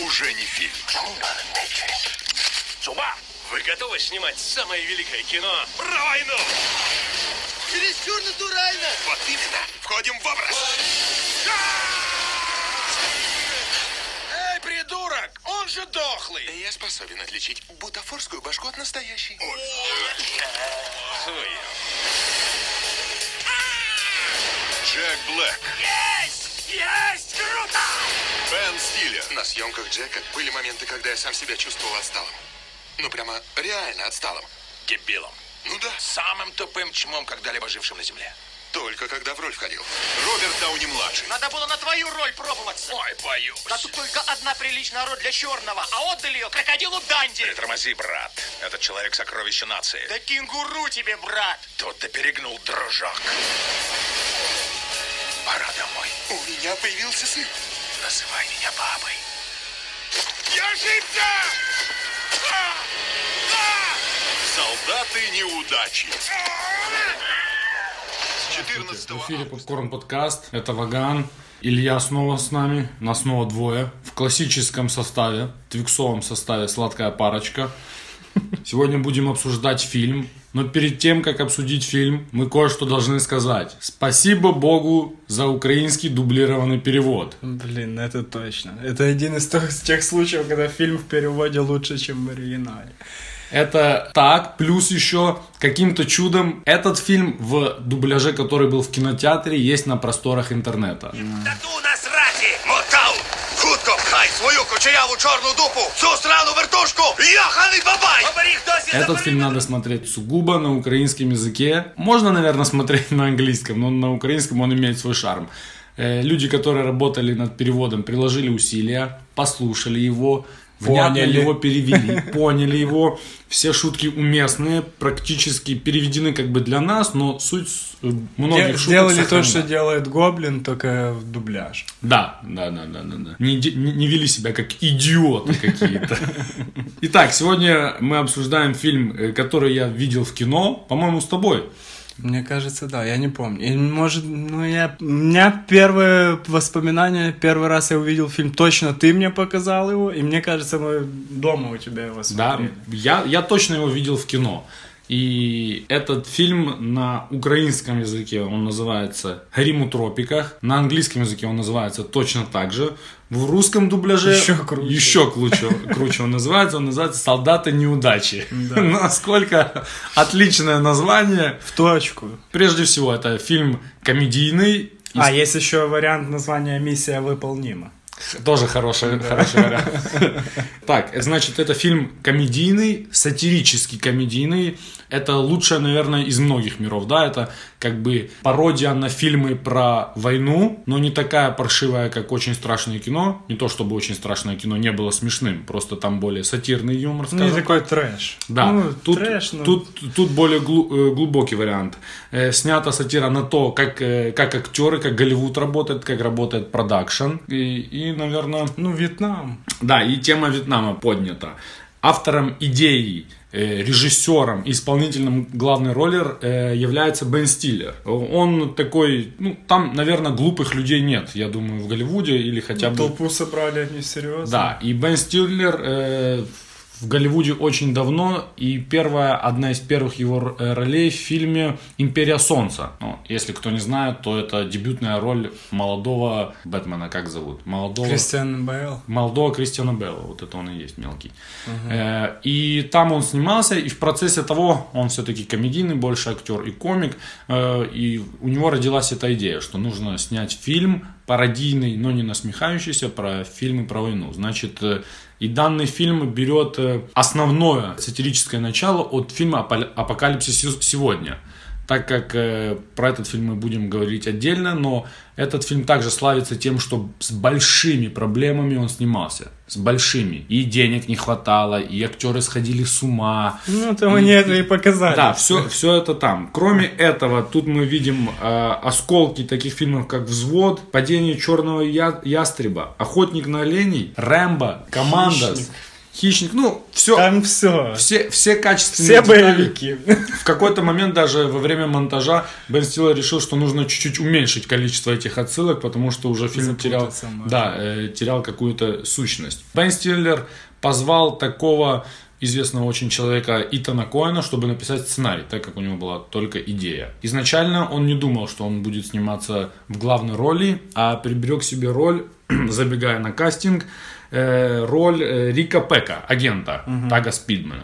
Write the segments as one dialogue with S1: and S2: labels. S1: уже не фильм.
S2: С ума! Вы готовы снимать самое великое кино про войну?
S3: Чересчур натурально!
S1: Вот именно. Входим в образ.
S4: Эй, придурок! Он же дохлый!
S1: Я способен отличить бутафорскую башку от настоящей.
S2: Твою.
S1: Джек Блэк.
S2: Есть! Есть! Круто!
S1: Бен Стиллер. На съемках Джека были моменты, когда я сам себя чувствовал отсталым. Ну, прямо реально отсталым.
S4: Дебилом.
S1: Ну да.
S4: Самым тупым чмом, когда-либо жившим на земле.
S1: Только когда в роль входил. Роберт Дауни-младший.
S3: Надо было на твою роль пробоваться.
S4: Ой, боюсь.
S3: Да тут только одна приличная роль для черного, а отдали ее крокодилу Данди.
S4: Притормози, брат. Этот человек сокровище нации.
S3: Да кенгуру тебе, брат.
S4: Тут ты перегнул дружок. Пора домой.
S1: У меня появился сын.
S4: Называй меня бабой.
S1: Я ошибся! А! Солдаты неудачи. С 14
S5: В эфире Попкорн Подкаст, это Ваган, Илья снова с нами, нас снова двое, в классическом составе, твиксовом составе «Сладкая парочка». Сегодня будем обсуждать фильм, но перед тем, как обсудить фильм, мы кое-что должны сказать. Спасибо Богу за украинский дублированный перевод.
S6: Блин, это точно. Это один из тех, тех случаев, когда фильм в переводе лучше, чем в оригинале.
S5: Это так, плюс еще каким-то чудом этот фильм в дубляже, который был в кинотеатре, есть на просторах интернета.
S7: А
S2: Да ну насрати!
S7: Мотав! Хутко пхай свою кучеряву чорну дупу в цю срану вертушку! Йоханий бабай!
S2: Говори, кто себе
S5: Этот фильм надо смотреть сугубо на украинском языке. Можно, наверное, смотреть на английском, но на украинском он имеет свой шарм. Э, Люди, которые работали над переводом, приложили усилия, послушали его, внятно
S6: Поняли.
S5: его перевели, поняли его. Все шутки уместные, практически переведены как бы для нас, но суть с- э, многих
S6: Де-
S5: шуток
S6: Сделали то,
S5: сохранена.
S6: что делает Гоблин, только в дубляж.
S5: Да, да, да, да, да, да. Не, де- не- не вели себя как идиоты какие-то. Итак, сегодня мы обсуждаем фильм, э, который я видел в кино, по-моему, с тобой.
S6: Мне кажется, да, я не помню. И, может, ну я... У меня первое воспоминание, первый раз я увидел фильм, точно ты мне показал его, и мне кажется, мы дома у тебя его
S5: Да,
S6: смотрели.
S5: я, я точно его видел в кино. И этот фильм на украинском языке он называется «Грим у тропиках», на английском языке он называется точно так же, в русском дубляже
S6: Еще круче.
S5: еще круче, круче он называется, он называется «Солдаты неудачи». Насколько отличное название.
S6: В точку.
S5: Прежде всего, это фильм комедийный, и
S6: А, есть еще вариант названия «Миссия выполнима».
S5: Тоже хороший, хороший вариант. Так, значит, это фильм комедийный, сатирический комедийный. Это лучшее, наверное, из многих миров, да? Это как бы пародия на фильмы про войну, но не такая паршивая, как «Очень страшное кино». Не то, чтобы «Очень страшное кино» не было смешным, просто там более сатирный юмор,
S6: Ну, не
S5: скажем.
S6: такой трэш.
S5: Да,
S6: Ну,
S5: тут,
S6: трэш, ну.
S5: тут, тут более глу- э, глубокий вариант. Э, снята сатира на то, как, э, как актеры, как Голливуд работает, как работает продакшн. И, и, наверное,
S6: Ну, Вьетнам.
S5: да, и тема Вьетнама поднята. Автором идеи, э, режиссером и исполнительным главной роли э, является Бен Стиллер. Он такой, ну, там, наверное, глупых людей нет, я думаю, в Голливуде или хотя бы...
S6: Толпу собрали они серьезно.
S5: Да, и Бен Стиллер э, в Голливуде очень давно, и первая, одна из первых его р- э, ролей в фильме «Империя солнца». Ну, если кто не знает, то это дебютная роль молодого Бэтмена, как зовут? Молодого...
S6: Кристиан Бейл.
S5: Молдова Кристиана Белла, вот это он и есть мелкий. Э, И там он снимался, и в процессе того он все-таки комедийный, больше актер и комик, э, и у него родилась эта идея, что нужно снять фильм пародийный, но не насмехающийся про фильмы про войну. Значит, э, и данный фильм берет э, основное сатирическое начало от фильма «Апал- «Апокалипсис се- сегодня» так как э, про этот фильм мы будем говорить отдельно, но этот фильм также славится тем, что с большими проблемами он снимался. С большими. И денег не хватало, и актеры сходили с ума.
S6: Ну, там они это и показали.
S5: Да, все, все это там. Кроме этого, тут мы видим э, осколки таких фильмов, как «Взвод», «Падение черного я- ястреба», «Охотник на оленей», «Рэмбо», «Командос»,
S6: Хищник.
S5: Хищник, ну, все,
S6: Там все.
S5: все, все качественные
S6: Все
S5: детали.
S6: боевики.
S5: В какой-то момент даже во время монтажа Бен Стиллер решил, что нужно чуть-чуть уменьшить количество этих отсылок, потому что уже фильм терял,
S6: Запутаться можно.
S5: да, э, терял какую-то сущность. Бен Стиллер позвал такого известного очень человека Итана Коэна, чтобы написать сценарий, так как у него была только идея. Изначально он не думал, что он будет сниматься в главной роли, а приберег себе роль, забегая на кастинг, э, роль э, Рика Пека, агента Тага Спидмана.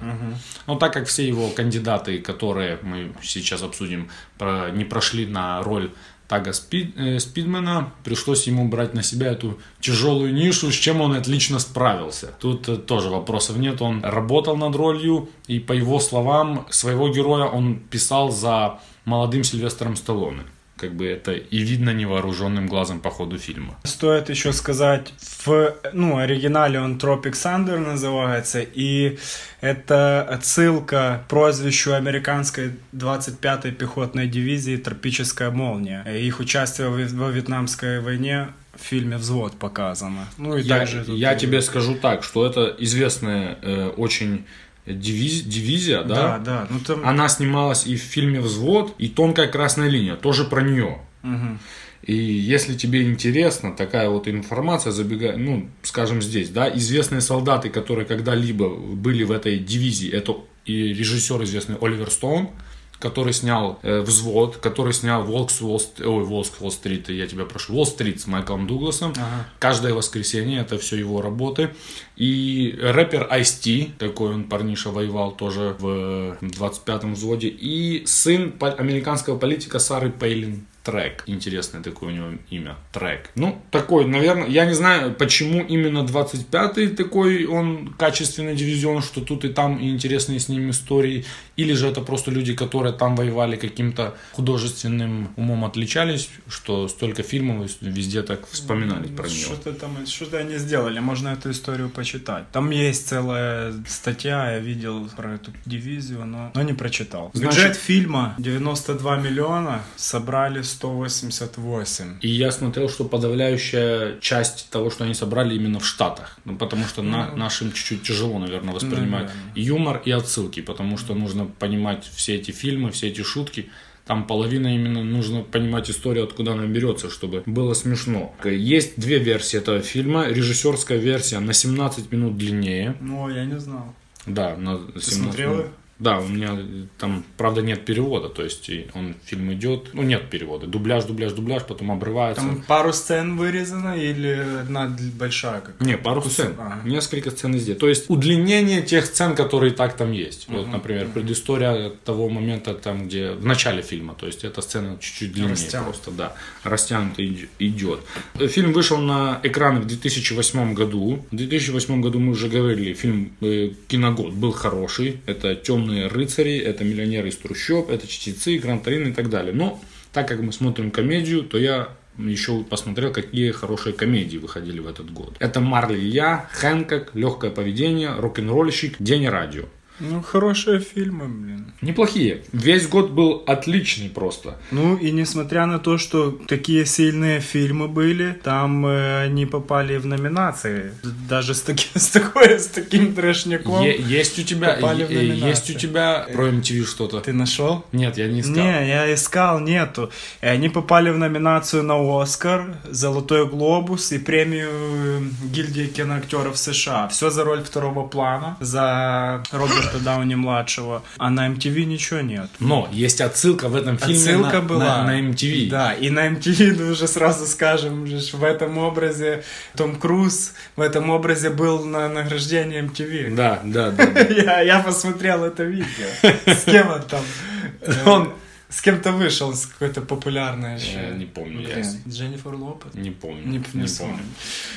S5: Но так как все его кандидаты, которые мы сейчас обсудим, про- не прошли на роль Тага Спи- э, Спидмана, пришлось ему брать на себя эту тяжелую нишу, с чем он отлично справился. Тут э, тоже вопросов нет, он работал над ролью, и по его словам, своего героя он писал за молодым Сильвестром Сталлоне. Как бы это и видно невооруженным глазом по ходу фильма.
S6: Стоит еще сказать, в ну, оригинале он Тропик Сандер называется, и это отсылка к прозвищу американской 25-й пехотной дивизии «Тропическая молния». Их участие во во Вьетнамской войне в фильме «Взвод» показано. Ну и
S5: Я,
S6: также тут
S5: я
S6: и-
S5: тебе скажу так, что это известная э, очень дивиз- дивизия,
S6: Да, да. Ну, там...
S5: Она снималась и в фильме «Взвод», и «Тонкая красная линия», тоже про нее. И если тебе интересна такая вот информация, забегай, ну, скажем здесь, да, известные солдаты, которые когда-либо были в этой дивизии, это и режиссер известный Оливер Стоун, который снял э, «Взвод», который снял «Волк с Уолл-стрит», ой, «Волк с Уолл-стрит», я тебя прошу, «Уолл-стрит» с Майклом Дугласом. Каждое воскресенье, это все его работы. И рэпер Ice-T, такой он парниша воевал тоже в э, 25-м взводе. И сын по- американского политика Сары Пейлин Трек. Интересное такое у него имя. Трек. Ну, такой, наверное, я не знаю, почему именно 25-й такой он качественный дивизион, что тут и там и интересные с ним истории. Или же это просто люди, которые там воевали каким-то художественным умом отличались, что столько фильмов и везде так вспоминали про него.
S6: Ну, Что-то там, что-то они сделали, можно эту историю почитать. Там есть целая статья, я видел про эту дивизию, но, но не прочитал. Бюджет
S5: Значит-
S6: фильма 92 миллиона, собрали 188.
S5: И я смотрел, что подавляющая часть того, что они собрали, именно в Штатах. Ну, потому что на- нашим чуть-чуть тяжело, наверное, воспринимать и юмор и отсылки, потому что нужно понимать все эти фильмы, все эти шутки. Там половина именно нужно понимать историю, откуда она берется, чтобы было смешно. Есть две версии этого фильма. Режиссерская версия на 17 минут длиннее.
S6: Ну, я не знал.
S5: Да, на 17
S6: смотрела?
S5: минут. Да, у меня э, там, правда, нет перевода, то есть и он фильм идет, ну нет перевода, дубляж, дубляж, дубляж, потом обрывается.
S6: Там пару сцен вырезано или одна дл- большая как?
S5: Не, пару сцен.
S6: Ага.
S5: Несколько сцен везде. То есть удлинение тех сцен, которые и так там есть. Вот, например, предыстория того момента, там, где в начале фильма. То есть эта сцена чуть-чуть длиннее.
S6: Растянута.
S5: Просто, да. Растянуто идет. Фильм вышел на экраны в 2008 году. В 2008 году мы уже говорили, фильм э, «Киногод» был хороший. Это «Темные рыцари», это «Миллионеры из трущоб», это «Чтецы», «Гран Торино» и так далее. Но так как мы смотрим комедию, то я еще посмотрел, какие хорошие комедии выходили в этот год. Это «Марли и я», «Хэнкок», «Легкое поведение», «Рок-н-ролльщик», «День радио».
S6: Ну, хорошие фильмы, блин.
S5: Неплохие. Весь год был отличный просто.
S6: Ну и несмотря на то, что такие сильные фильмы были, там э, они попали в номинации. Д- Даже с, таки- с, такой, с таким трешняком.
S5: Е- есть у тебя,
S6: попали
S5: е-
S6: в
S5: е- есть
S6: номинации.
S5: у тебя про MTV что-то?
S6: Ты нашел?
S5: Нет, я не искал.
S6: Не, я искал, нету. И они попали в номинацию на Оскар, Золотой глобус и премию э, гильдии киноактеров США. Все за роль второго плана, за Роберта Дауни младшего. А на MTV ничего нет.
S5: Но есть отсылка в этом фильме
S6: Отсылка
S5: А на,
S6: была
S5: на- на MTV.
S6: Да, и на MTV мы уже сразу скажем, уже ж в этом образе Том Круз в этом образе был на награждении MTV.
S5: Да, да, да. да.
S6: Я, я посмотрел это видео. С кем он там? Э,
S5: Он-
S6: с кем-то вышел, с какой-то популярной
S5: Я
S6: еще.
S5: Э, не помню. я
S6: Блин, Дженнифер Лопес.
S5: Не помню.
S6: Не- не вспомню.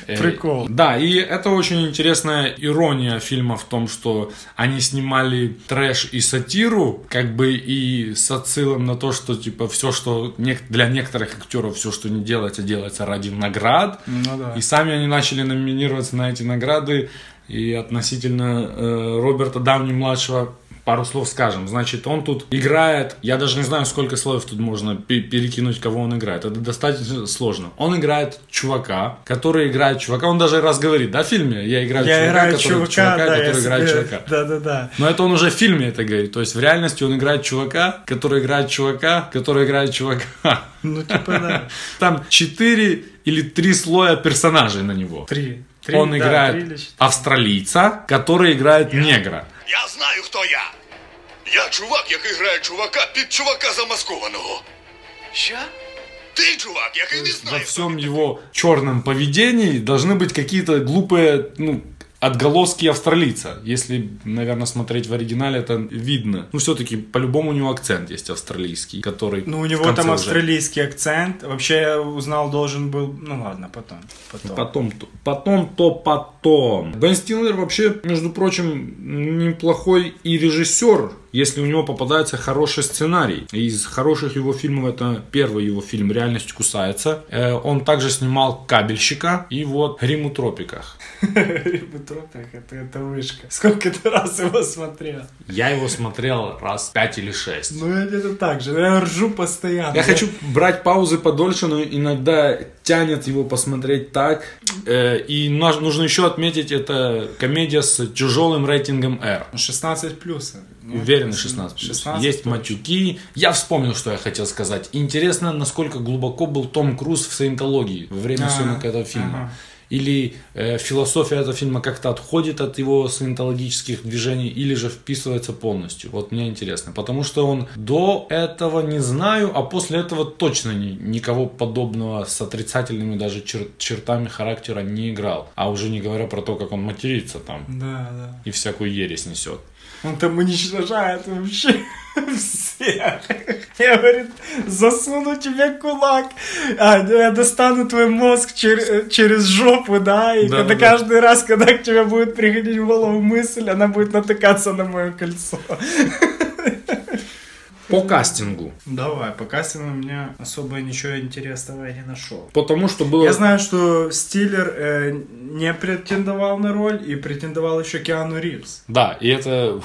S5: Э,
S6: Прикол.
S5: Да, и это очень интересная ирония фильма в том, что они снимали трэш и сатиру, как бы и с отсылом на то, что типа все, что нек- для некоторых актеров все, что не делается, делается ради наград.
S6: Ну да.
S5: И сами они начали номинироваться на эти награды. И относительно э, Роберта Дауни младшего пару слов скажем. Значит, он тут играет, я даже не знаю, сколько слоев тут можно пе- перекинуть, кого он играет. Это достаточно сложно. Он играет чувака, который играет чувака. Он даже раз говорит, да, в фильме? Я играю
S6: Я
S5: чувака,
S6: играю
S5: который,
S6: чувака,
S5: чувака,
S6: да,
S5: который
S6: я
S5: играет
S6: себе-
S5: чувака.
S6: Да-да-да.
S5: Но это он уже в фильме это говорит. То есть в реальности он играет чувака, который играет чувака, который играет чувака.
S6: Ну, типа, да.
S5: Там четыре или три слоя персонажей на него.
S6: Три. Три,
S5: Он
S6: да,
S5: играет
S6: три или четыре.
S5: австралийца, который играет негра.
S7: Я знаю, хто я. Я чувак, який грає чувака під чувака замаскованого.
S3: Що?
S7: Ти чувак, який не
S5: Во
S7: знає.
S5: всем его черном поведении должны быть какие-то глупые, ну, отголоски австралийца. Если, наверное, смотреть в оригинале, это видно. Ну, все-таки, по-любому, у него акцент есть австралийский, который...
S6: Ну, у
S5: в
S6: него
S5: конце
S6: там
S5: уже-
S6: австралийский акцент. Вообще, я узнал, должен был... Ну, ладно, потом. Потом.
S5: Потом, то- потом, то потом. Бен Стиллер вообще, между прочим, неплохой и режиссер, если у него попадается хороший сценарий. Из хороших его фильмов это первый его фильм «Реальность кусается». Э, Он также снимал «Кабельщика» и вот «Рим у тропиках».
S6: Риботропик, это, это вышка. Сколько ты раз его смотрел?
S5: Я его смотрел раз пять или шесть.
S6: Ну, я где-то так же. Я ржу постоянно.
S5: Я хочу брать паузы подольше, но иногда тянет его посмотреть так. Э, И наж- нужно еще отметить, это комедия с тяжелым рейтингом R.
S6: 16 Ну, плюс. Ну,
S5: Уверенно 16. плюс.
S6: 16
S5: Есть матюки. Я вспомнил, что я хотел сказать. Интересно, насколько глубоко был Том Круз в саентологии во время
S6: А,
S5: съемок этого фильма.
S6: ага.
S5: Или э, философия этого фильма как-то отходит от его саентологических движений, или же вписывается полностью. Вот мне интересно. Потому что он до этого не знаю, а после этого точно ни- никого подобного с отрицательными даже чер- чертами характера не играл. А уже не говоря про то, как он матерится там
S6: Да, да.
S5: и всякую ересь несет.
S6: Он там уничтожает вообще всех. Я, говорит, засуну тебе кулак, а, я достану твой мозг чер- через жопу, да, и
S5: Да, да,
S6: когда
S5: да.
S6: каждый раз, когда к тебе будет приходить в голову мысль, она будет натыкаться на мое кольцо.
S5: По кастингу.
S6: Давай, пока с у меня особо ничего интересного я не нашел.
S5: Потому что было...
S6: Я знаю, что Стиллер э, не претендовал на роль и претендовал еще Киану Ривз.
S5: Да, и это,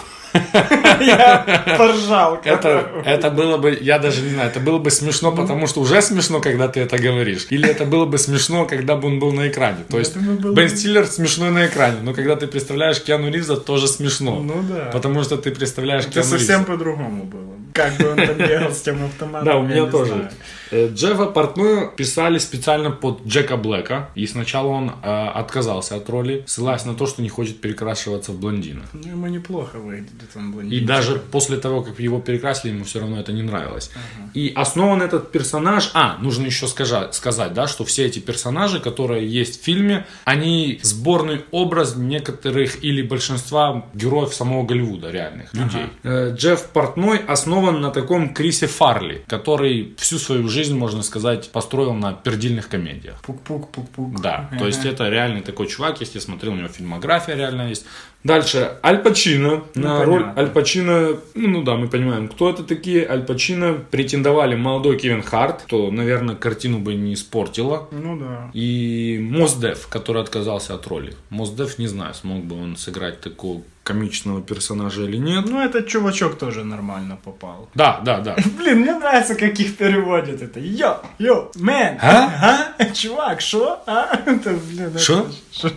S6: Я поржал.
S5: это, это было бы, я даже не знаю, это было бы смешно,
S6: Ну.
S5: потому что уже смешно, когда ты это говоришь. Или это было бы смешно, когда бы он был на экране. То есть
S6: думаю, было
S5: Бен
S6: Ну, бы.
S5: Стиллер смешной на экране, но когда ты представляешь Киану Ривза, тоже смешно.
S6: Ну да.
S5: Потому что ты представляешь
S6: Это
S5: Киану
S6: совсем
S5: Ривза.
S6: по-другому было. Как бы он там бегал с тем автоматом.
S5: Да, у
S6: я
S5: меня
S6: не
S5: тоже.
S6: знаю.
S5: Э, Джеффа Портную писали специально под Джека Блэка, и сначала он э, отказался от роли, ссылаясь на то, что не хочет перекрашиваться в блондина.
S6: Ну, ему неплохо выглядит он
S5: И
S6: блондинчик.
S5: даже после того, как его перекрасили, ему все равно это не нравилось. И основан этот персонаж... А, нужно еще скажа- сказать, да, что все эти персонажи, которые есть в фильме, они сборный образ некоторых или большинства героев самого Голливуда, реальных людей. Э, Джефф Портной основан на таком Крисе Фарли, который всю свою жизнь, можно сказать, построил на пердильных комедиях.
S6: Пук-пук-пук-пук.
S5: Да, то есть это реальный такой чувак, если смотрел, у него фильмография реально есть. Дальше, Аль Пачино. на
S6: понятно.
S5: роль Аль Пачино, ну, ну да, мы понимаем, кто это такие. Аль Пачино претендовали молодой Кевин Харт, то, наверное, картину бы не испортила.
S6: Ну да.
S5: И Мосдев, который отказался от роли. Мосдев, не знаю, смог бы он сыграть такого комичного персонажа или нет.
S6: Ну, этот чувачок тоже нормально попал.
S5: Да, да, да.
S6: Блин, мне нравится, как их переводят это. Йо, йо, мэн,
S5: А?
S6: а? Чувак, шо? А? Это, блин, это
S5: Шо?
S6: ж- шо?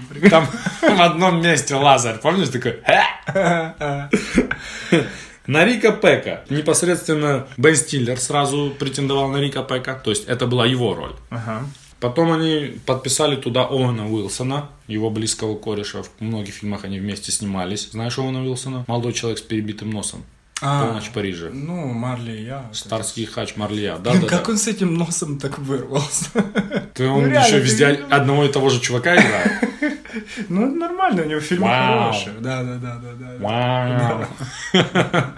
S5: Там в одном месте Лазарь, помнишь, такой... На Рика Пека. Непосредственно Бен Стиллер сразу претендовал на Рика Пека. То есть это была его роль.
S6: Ага.
S5: Потом они подписали туда Оуэна Уилсона, его близкого кореша. В многих фильмах они вместе снимались. Знаешь Оуэна Уилсона? Молодой человек с перебитым носом.
S6: А.
S5: Полночь в Париже.
S6: Ну, Марли и я.
S5: Старский хач Марлия. Да,
S6: Блин,
S5: да,
S6: как
S5: да.
S6: он с этим носом так вырвался?
S5: Ты, он
S6: Ну, реально,
S5: еще
S6: ты
S5: везде
S6: видел?
S5: одного и того же чувака играет.
S6: Ну, это нормально, у него фильмы
S5: Вау.
S6: хорошие. Да, да, да, да, да.
S5: Вау.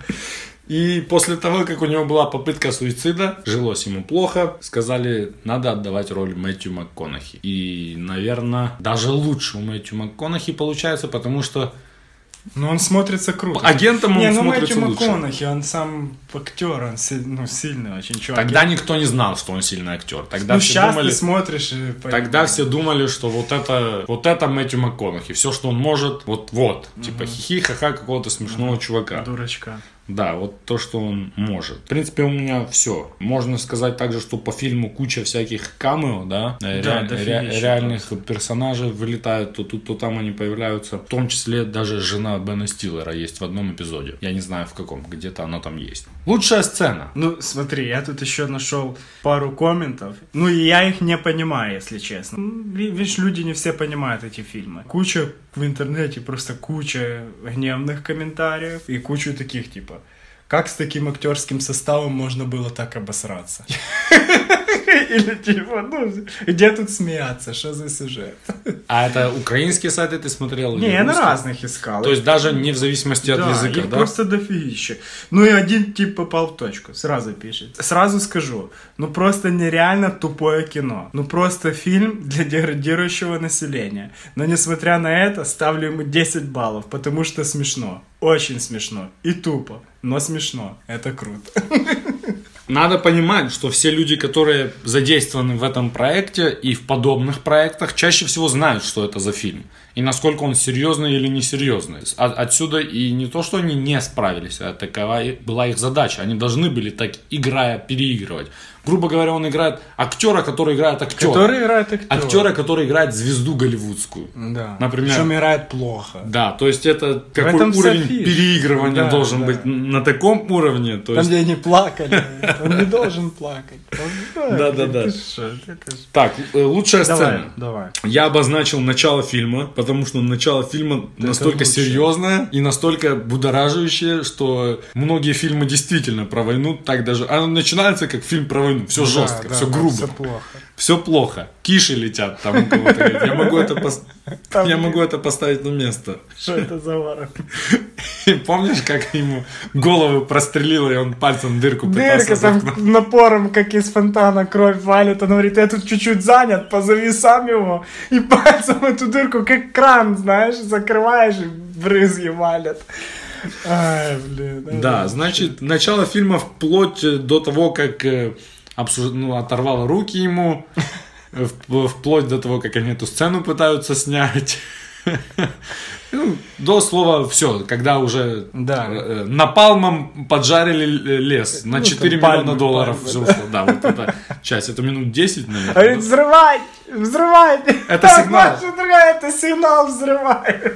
S5: И после того, как у него была попытка суицида, жилось ему плохо, сказали, надо отдавать роль Мэтью МакКонахи. И, наверное, даже лучше у Мэтью МакКонахи получается, потому что
S6: Но он смотрится круто.
S5: Агентом он
S6: не, ну
S5: смотрится
S6: Мэтью
S5: лучше.
S6: МакКонахи, он сам актер, он си- ну, сильный очень чувак.
S5: Тогда никто не знал, что он сильный актер. Тогда
S6: ну,
S5: все
S6: сейчас
S5: думали,
S6: ты смотришь и
S5: тогда все думали, что вот это, вот это Мэтью МакКонахи, все, что он может, вот, вот, типа хихи, ха-ха какого-то смешного чувака.
S6: Дурачка.
S5: Да, вот то, что он может. В принципе, у меня все. Можно сказать также, что по фильму куча всяких камео, да, э,
S6: Да,
S5: реаль-
S6: дофигища
S5: ре- реальных персонажей вылетают, то тут, то там они появляются. В том числе даже жена Бена Стиллера есть в одном эпизоде. Я не знаю в каком, где-то она там есть. Лучшая сцена.
S6: Ну, смотри, я тут еще нашел пару комментов. Ну, и я их не понимаю, если честно. Ну, ви- Видишь, люди не все понимают эти фильмы. Куча в интернете, просто куча гневных комментариев и кучу таких, типа, как с таким актерским составом можно было так обосраться? Или типа, ну, где тут смеяться, что за сюжет?
S5: А это украинские сайты ты смотрел?
S6: Не,
S5: или
S6: я на
S5: русские?
S6: разных искал.
S5: То есть даже не в зависимости от
S6: да,
S5: языка,
S6: их
S5: да?
S6: просто дофигища. Ну и один тип попал в точку, сразу пишет. Сразу скажу, ну просто нереально тупое кино. Ну просто фильм для деградирующего населения. Но несмотря на это, ставлю ему 10 баллов, потому что смешно. Очень смешно. И тупо. Но смешно. Это круто.
S5: Надо понимать, что все люди, которые задействованы в этом проекте и в подобных проектах, чаще всего знают, что это за фильм. И насколько он серьезный или несерьезный. От- отсюда и не то, что они не справились, а такова и была их задача. Они должны были так, играя, переигрывать. Грубо говоря, он играет актера, который играет актера.
S6: Который играет актера.
S5: Актера, который играет звезду голливудудскую.
S6: Да.
S5: Например.
S6: Причем играет плохо.
S5: Да, то есть это какой
S6: этом вся
S5: уровень
S6: фишка.
S5: переигрывания
S6: Да,
S5: должен
S6: да.
S5: быть на таком уровне. То
S6: Там,
S5: есть...
S6: где они плакали. Он не должен плакать.
S5: Да-да-да.
S6: Ты что, это ж-
S5: Так, э, лучшая
S6: Давай,
S5: сцена.
S6: давай.
S5: Я обозначил начало фильма, потому что начало фильма настолько
S6: лучше.
S5: серьезное и настолько будораживающее, что многие фильмы действительно про войну так даже... Оно начинается как фильм про войну. Все жестко,
S6: Да, да,
S5: все
S6: да,
S5: грубо,
S6: Все
S5: все...
S6: плохо.
S5: плохо. Киши летят там у кого-то. Я могу это, пос-
S6: Там-
S5: Я могу это поставить на место.
S6: Что это за ворон?
S5: И помнишь, как ему голову прострелило, и он пальцем дырку пытался...
S6: Дырка там
S5: заткнуть?
S6: напором, как из фонтана, кровь валит. Он говорит, я тут чуть-чуть занят, позови сам его. И пальцем эту дырку, как кран, знаешь, закрываешь, и брызги валят. Ай, блин.
S5: Да, значит, начало фильма вплоть э, до того, как э, обсуж- ну, оторвало руки ему, э, вп- вплоть до того, как они эту сцену пытаются снять. Ну, до слова все, когда уже
S6: Да.
S5: э, э, напалмом поджарили л- э, лес на
S6: Ну,
S5: 4
S6: там
S5: миллиона
S6: пальмы,
S5: долларов
S6: пальмы, А
S5: все ушло. Да, вот эта часть, это минут 10,
S6: Он Говорит,
S5: наверное. да?
S6: взрывай! Взрывай!
S5: Это
S6: Там
S5: сигнал.
S6: наша другая, это сигнал, взрывай!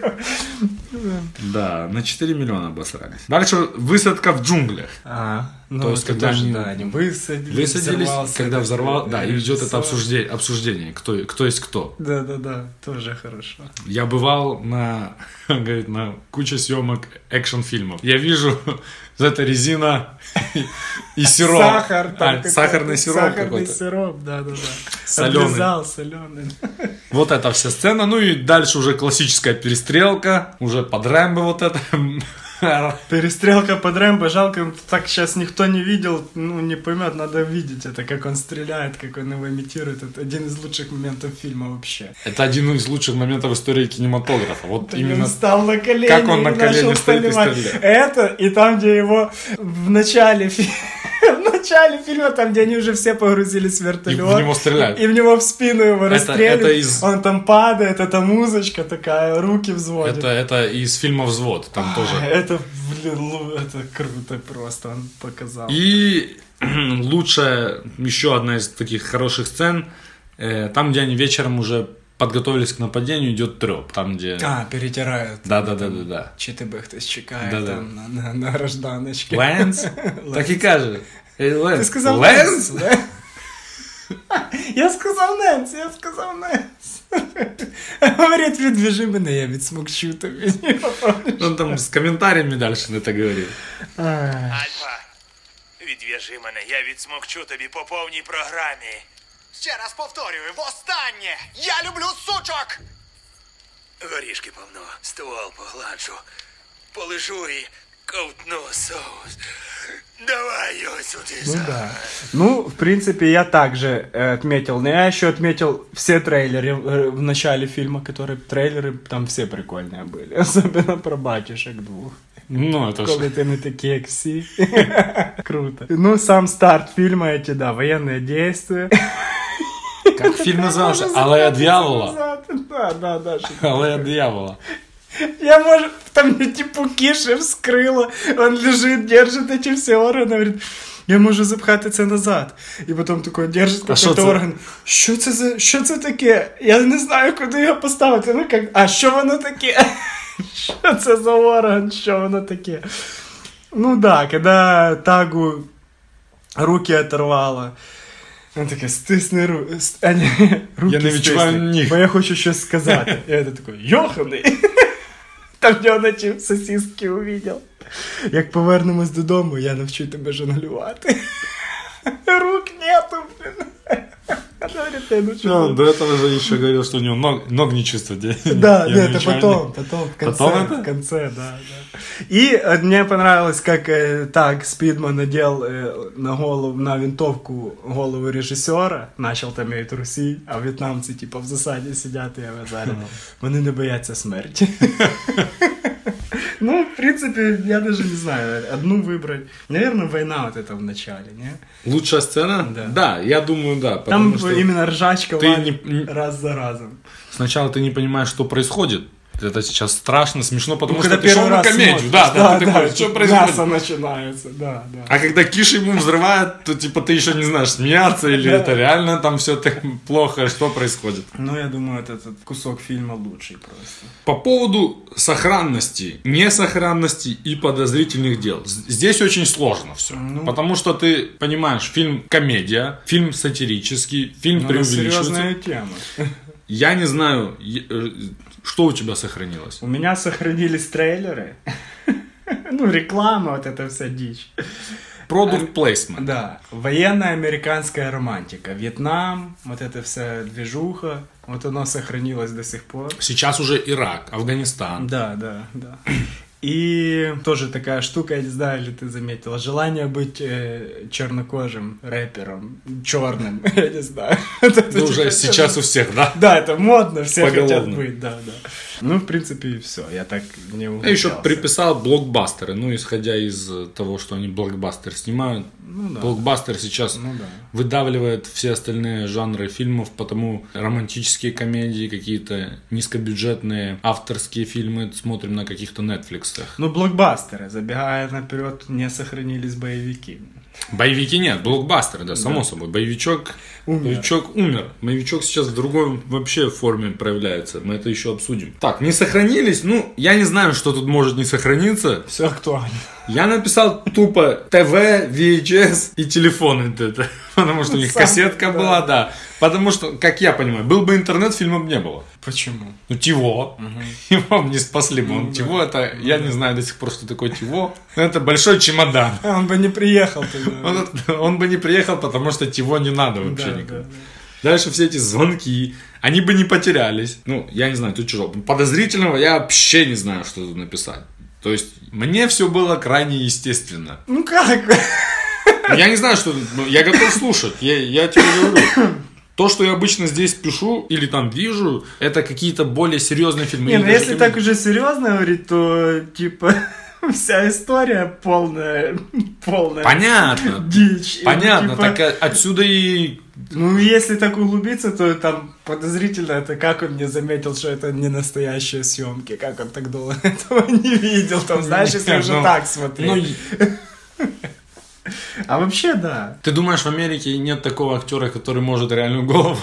S5: Да, на 4 миллиона обосрались. Дальше высадка в джунглях.
S6: ну,
S5: То есть,
S6: это
S5: когда
S6: тоже,
S5: они-
S6: да, они высадились,
S5: Высадились,
S6: взорвался
S5: когда
S6: этот,
S5: взорвал,
S6: э,
S5: да, и идет это
S6: режиссер.
S5: обсуждение, обсуждение, кто, кто есть кто.
S6: Да-да-да, тоже хорошо.
S5: Я бывал на, говорит, на куче съемок экшн-фильмов. Я вижу, это резина и сироп.
S6: Сахар,
S5: А,
S6: там какой-то-
S5: сахарный сироп
S6: сахарный
S5: какой-то.
S6: сироп, да, да, да.
S5: Солёный.
S6: Облизал, соленый.
S5: Вот эта вся сцена. Ну и дальше уже классическая перестрелка. Уже под Рэмбо вот это.
S6: Перестрелка под Рэмбо, жалко, так сейчас никто не видел, ну не поймет, надо видеть это, как он стреляет, как он его имитирует. Это один из лучших моментов фильма вообще.
S5: Это один из лучших моментов в истории кинематографа. Вот
S6: Он
S5: именно
S6: встал на колени
S5: как он на
S6: и
S5: колени
S6: начал
S5: стоит и
S6: поливать.
S5: стреляет.
S6: Это, и там, где его в начале фи- В начале фильма, там, где они уже все погрузились в вертолет.
S5: И в него стреляют.
S6: И в него в спину его
S5: Это-
S6: расстреливают.
S5: это из-
S6: Он там падает, это музычка такая, руки взводит.
S5: это, это из фильма «Взвод». Там тоже
S6: Это, блин, лу- это круто просто, он показал.
S5: И лучшая, еще одна из таких хороших сцен, э, там, где они вечером уже подготовились к нападению, идет треп. Там, где...
S6: А, перетирают.
S5: Да, да, да, да, да.
S6: ЧТБ хтось чекає
S5: Да-да.
S6: там на, на, на гражданочки.
S5: Лэнс? Так и каже. Эй, Лэнс.
S6: Ти сказав
S5: Лэнс?
S6: Ненс. да? Я сказав Ненс, я сказав Ненс. Говорять, відвіжи мене, я відсмокчу тобі.
S5: Он там с комментариями дальше на это говорил.
S2: Альфа, відв'яжи мене, я відсмокчу тобі по повній програмі.
S3: Ще раз повторюю, востаннє! Я люблю сучок!
S2: Горішки повно, ствол погладжу, полежу і ковтну соус. Давай ее сюда.
S6: Ну да. Ну, в принципе, я также э, отметил. Но я еще отметил все трейлеры э, в начале фильма, которые трейлеры там все прикольные были. Особенно про батюшек двух.
S5: Ну, это
S6: Коли
S5: ж...
S6: ти не такі, як всі. Круто. Ну, сам старт фільму, эти, да, воєнне дійство.
S5: Как фильм назывался? Алая дьявола.
S6: Да, да, да. щось.
S5: Алая дьявола.
S6: Я, может, там мне типу Кишев скрыло, он лежит, держит эти все органы, говорит, я можу запхати це назад. І потім такой держить
S5: А що
S6: какой-то
S5: це?
S6: орган. Що це за що це таке? Я не знаю, куди його поставити. Ну як, а що воно таке? Що це за орган? Що воно таке? Ну да, когда тагу руки оторвало. Він такий, стисни ру... э, ст- а, ні, руки.
S5: не відчуваю
S6: стисни,
S5: ніг.
S6: Бо я хочу щось сказати. І я такий, йоханий. Там я наче сосиски увидел. Як повернемось додому, я навчу тебе жонглювати. Рук нету, блін. Говорить, я навчу.
S5: Ну, до этого же еще говорил, что у него ног, ног не чувствует. Я-
S6: Да,
S5: я
S6: да, это
S5: начальник.
S6: потом, потом, в конце,
S5: Потом это?
S6: в конце, да, да. И э, мне понравилось, как э, так Спидман надел э, на голову, на винтовку голову режиссера, начал там її трусить, а в'єтнамці, типа, в засаді сидять і вязали. Вони не бояться смерті. Ну, в принципе, я даже не знаю, одну выбрать. Наверное, война вот это в начале, не?
S5: Лучшая сцена?
S6: Да.
S5: я думаю, да.
S6: Там
S5: потому что
S6: именно ржачка
S5: ты
S6: лад-
S5: не-
S6: раз за разом.
S5: Сначала ты не понимаешь, что происходит. Это сейчас страшно, смешно, потому
S6: Ну, Когда
S5: что ты шел
S6: первый
S5: на
S6: раз
S5: комедию.
S6: смотришь,
S5: Да, да, ты такой,
S6: да,
S5: что
S6: мясо
S5: происходит?
S6: начинается, да, да.
S5: А когда киши ему взрывают, то типа ты еще не знаешь, смеяться или это реально там все так плохо, что происходит.
S6: Ну, я думаю, этот, этот кусок фильма лучший просто.
S5: По поводу сохранности, несохранности и подозрительных дел. З- Здесь очень сложно все.
S6: Ну.
S5: Потому что ты понимаешь, фильм комедия, фильм сатирический,
S6: Ну,
S5: фильм преувеличивается.
S6: серьезная тема.
S5: Я не знаю, е- э, что у тебя сохранилось.
S6: У меня сохранились трейлеры. Ну, реклама, вот это вся дичь. Э,
S5: Продукт плейсмент.
S6: Да, военная американская романтика. Вьетнам, вот эта вся движуха. Вот оно сохранилось до сих пор.
S5: Сейчас уже Ирак, Афганистан.
S6: Да, да, да. И тоже такая штука, я не знаю, ли ты заметила, желание быть э, чернокожим рэпером, черным, я не знаю.
S5: Это Ну, уже сейчас у всех, да?
S6: Да, это модно, все хотят
S5: Поголовно. Ну,
S6: быть, да, да. Ну, в принципе, и все. Я так не
S5: Я еще
S6: увлекался.
S5: приписал блокбастеры, ну, исходя из э, того, что они блокбастер снимают. Блокбастер сейчас
S6: Ну да.
S5: выдавливает все остальные жанры фильмов, потому романтические комедии, какие-то низкобюджетные авторские фильмы смотрим на каких-то нетфликсах.
S6: Ну, блокбастеры, забегая наперед, не сохранились боевики.
S5: Боевики нет, блокбастеры, да, само собой. Боевичок
S6: Умер.
S5: Боевичок умер. Боевичок сейчас в другой вообще форме проявляется. Мы это еще обсудим. Так, не сохранились. Ну, я не знаю, что тут может не сохраниться.
S6: Все актуально.
S5: Я написал тупо ТВ, VHS и телефон вот это, потому что у них
S6: Сам,
S5: кассетка
S6: да.
S5: была, да. Потому что, как я понимаю, был бы интернет, фильма бы не было.
S6: Почему?
S5: Ну, Тиво. Его бы не спасли бы.
S6: Ну
S5: Он Тиво, это, я не знаю до сих пор, что такое Тиво. Но это большой чемодан.
S6: А, Он бы не приехал туда.
S5: Он, он бы не приехал, потому что Тиво не надо вообще
S6: Да,
S5: никому.
S6: да, да.
S5: Дальше все эти звонки, они бы не потерялись. Ну, я не знаю, тут чужого. Подозрительного я вообще не знаю, что тут написать. То есть, мне все было крайне естественно.
S6: Ну как?
S5: Я не знаю, что... ну, Я готов слушать. Я, я тебе говорю. То, что я обычно здесь пишу или там вижу, это какие-то более серьезные фильмы.
S6: Не,
S5: Или
S6: ну
S5: даже
S6: если
S5: какие-то-
S6: так уже серьезно говорить, то типа вся история полная, полная
S5: Понятно.
S6: дичь. И,
S5: Понятно.
S6: типа,
S5: Так а, отсюда и...
S6: Ну, если так углубиться, то там подозрительно, это как он не заметил, что это не настоящие съемки, как он так долго этого не видел, там, знаешь, если
S5: Не,
S6: уже
S5: ну,
S6: так смотреть.
S5: Ну,
S6: А вообще, да.
S5: ты думаешь, в Америке нет такого актера, который может реальную голову?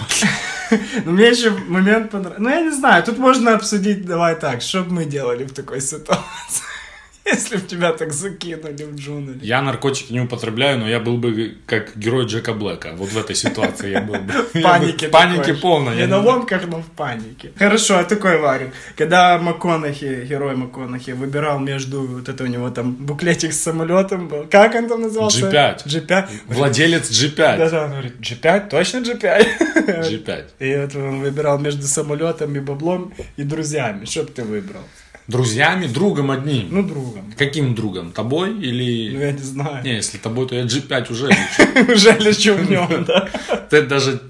S6: Ну, мне еще момент понравился. Ну, я не знаю, тут можно обсудить, давай так, что бы мы делали в такой ситуации, если бы тебя так закинули в джунгли.
S5: Я наркотики не употребляю, но я был бы как герой Джека Блэка. Вот в этой ситуации я был бы.
S6: В панике.
S5: В панике
S6: такой.
S5: полной.
S6: Не
S5: Я
S6: на
S5: не-
S6: ломках, но в панике. Хорошо, а такой варик. Когда МакКонахи, герой МакКонахи, выбирал между... Вот это у него там буклетик с самолетом был. Как он там назывался?
S5: G5.
S6: G5.
S5: Владелец G5.
S6: Даже он говорит, G5? Точно G5?
S5: G5.
S6: И вот он выбирал между самолетом и баблом и друзьями. Что бы ты выбрал?
S5: Друзьями, другом одним.
S6: Ну, другом.
S5: Каким другом? Тобой
S6: Ну,
S5: или...
S6: я не знаю.
S5: Не, если тобой, то я G5 уже лечу.
S6: Уже лечу в нем, да.
S5: Ты даже...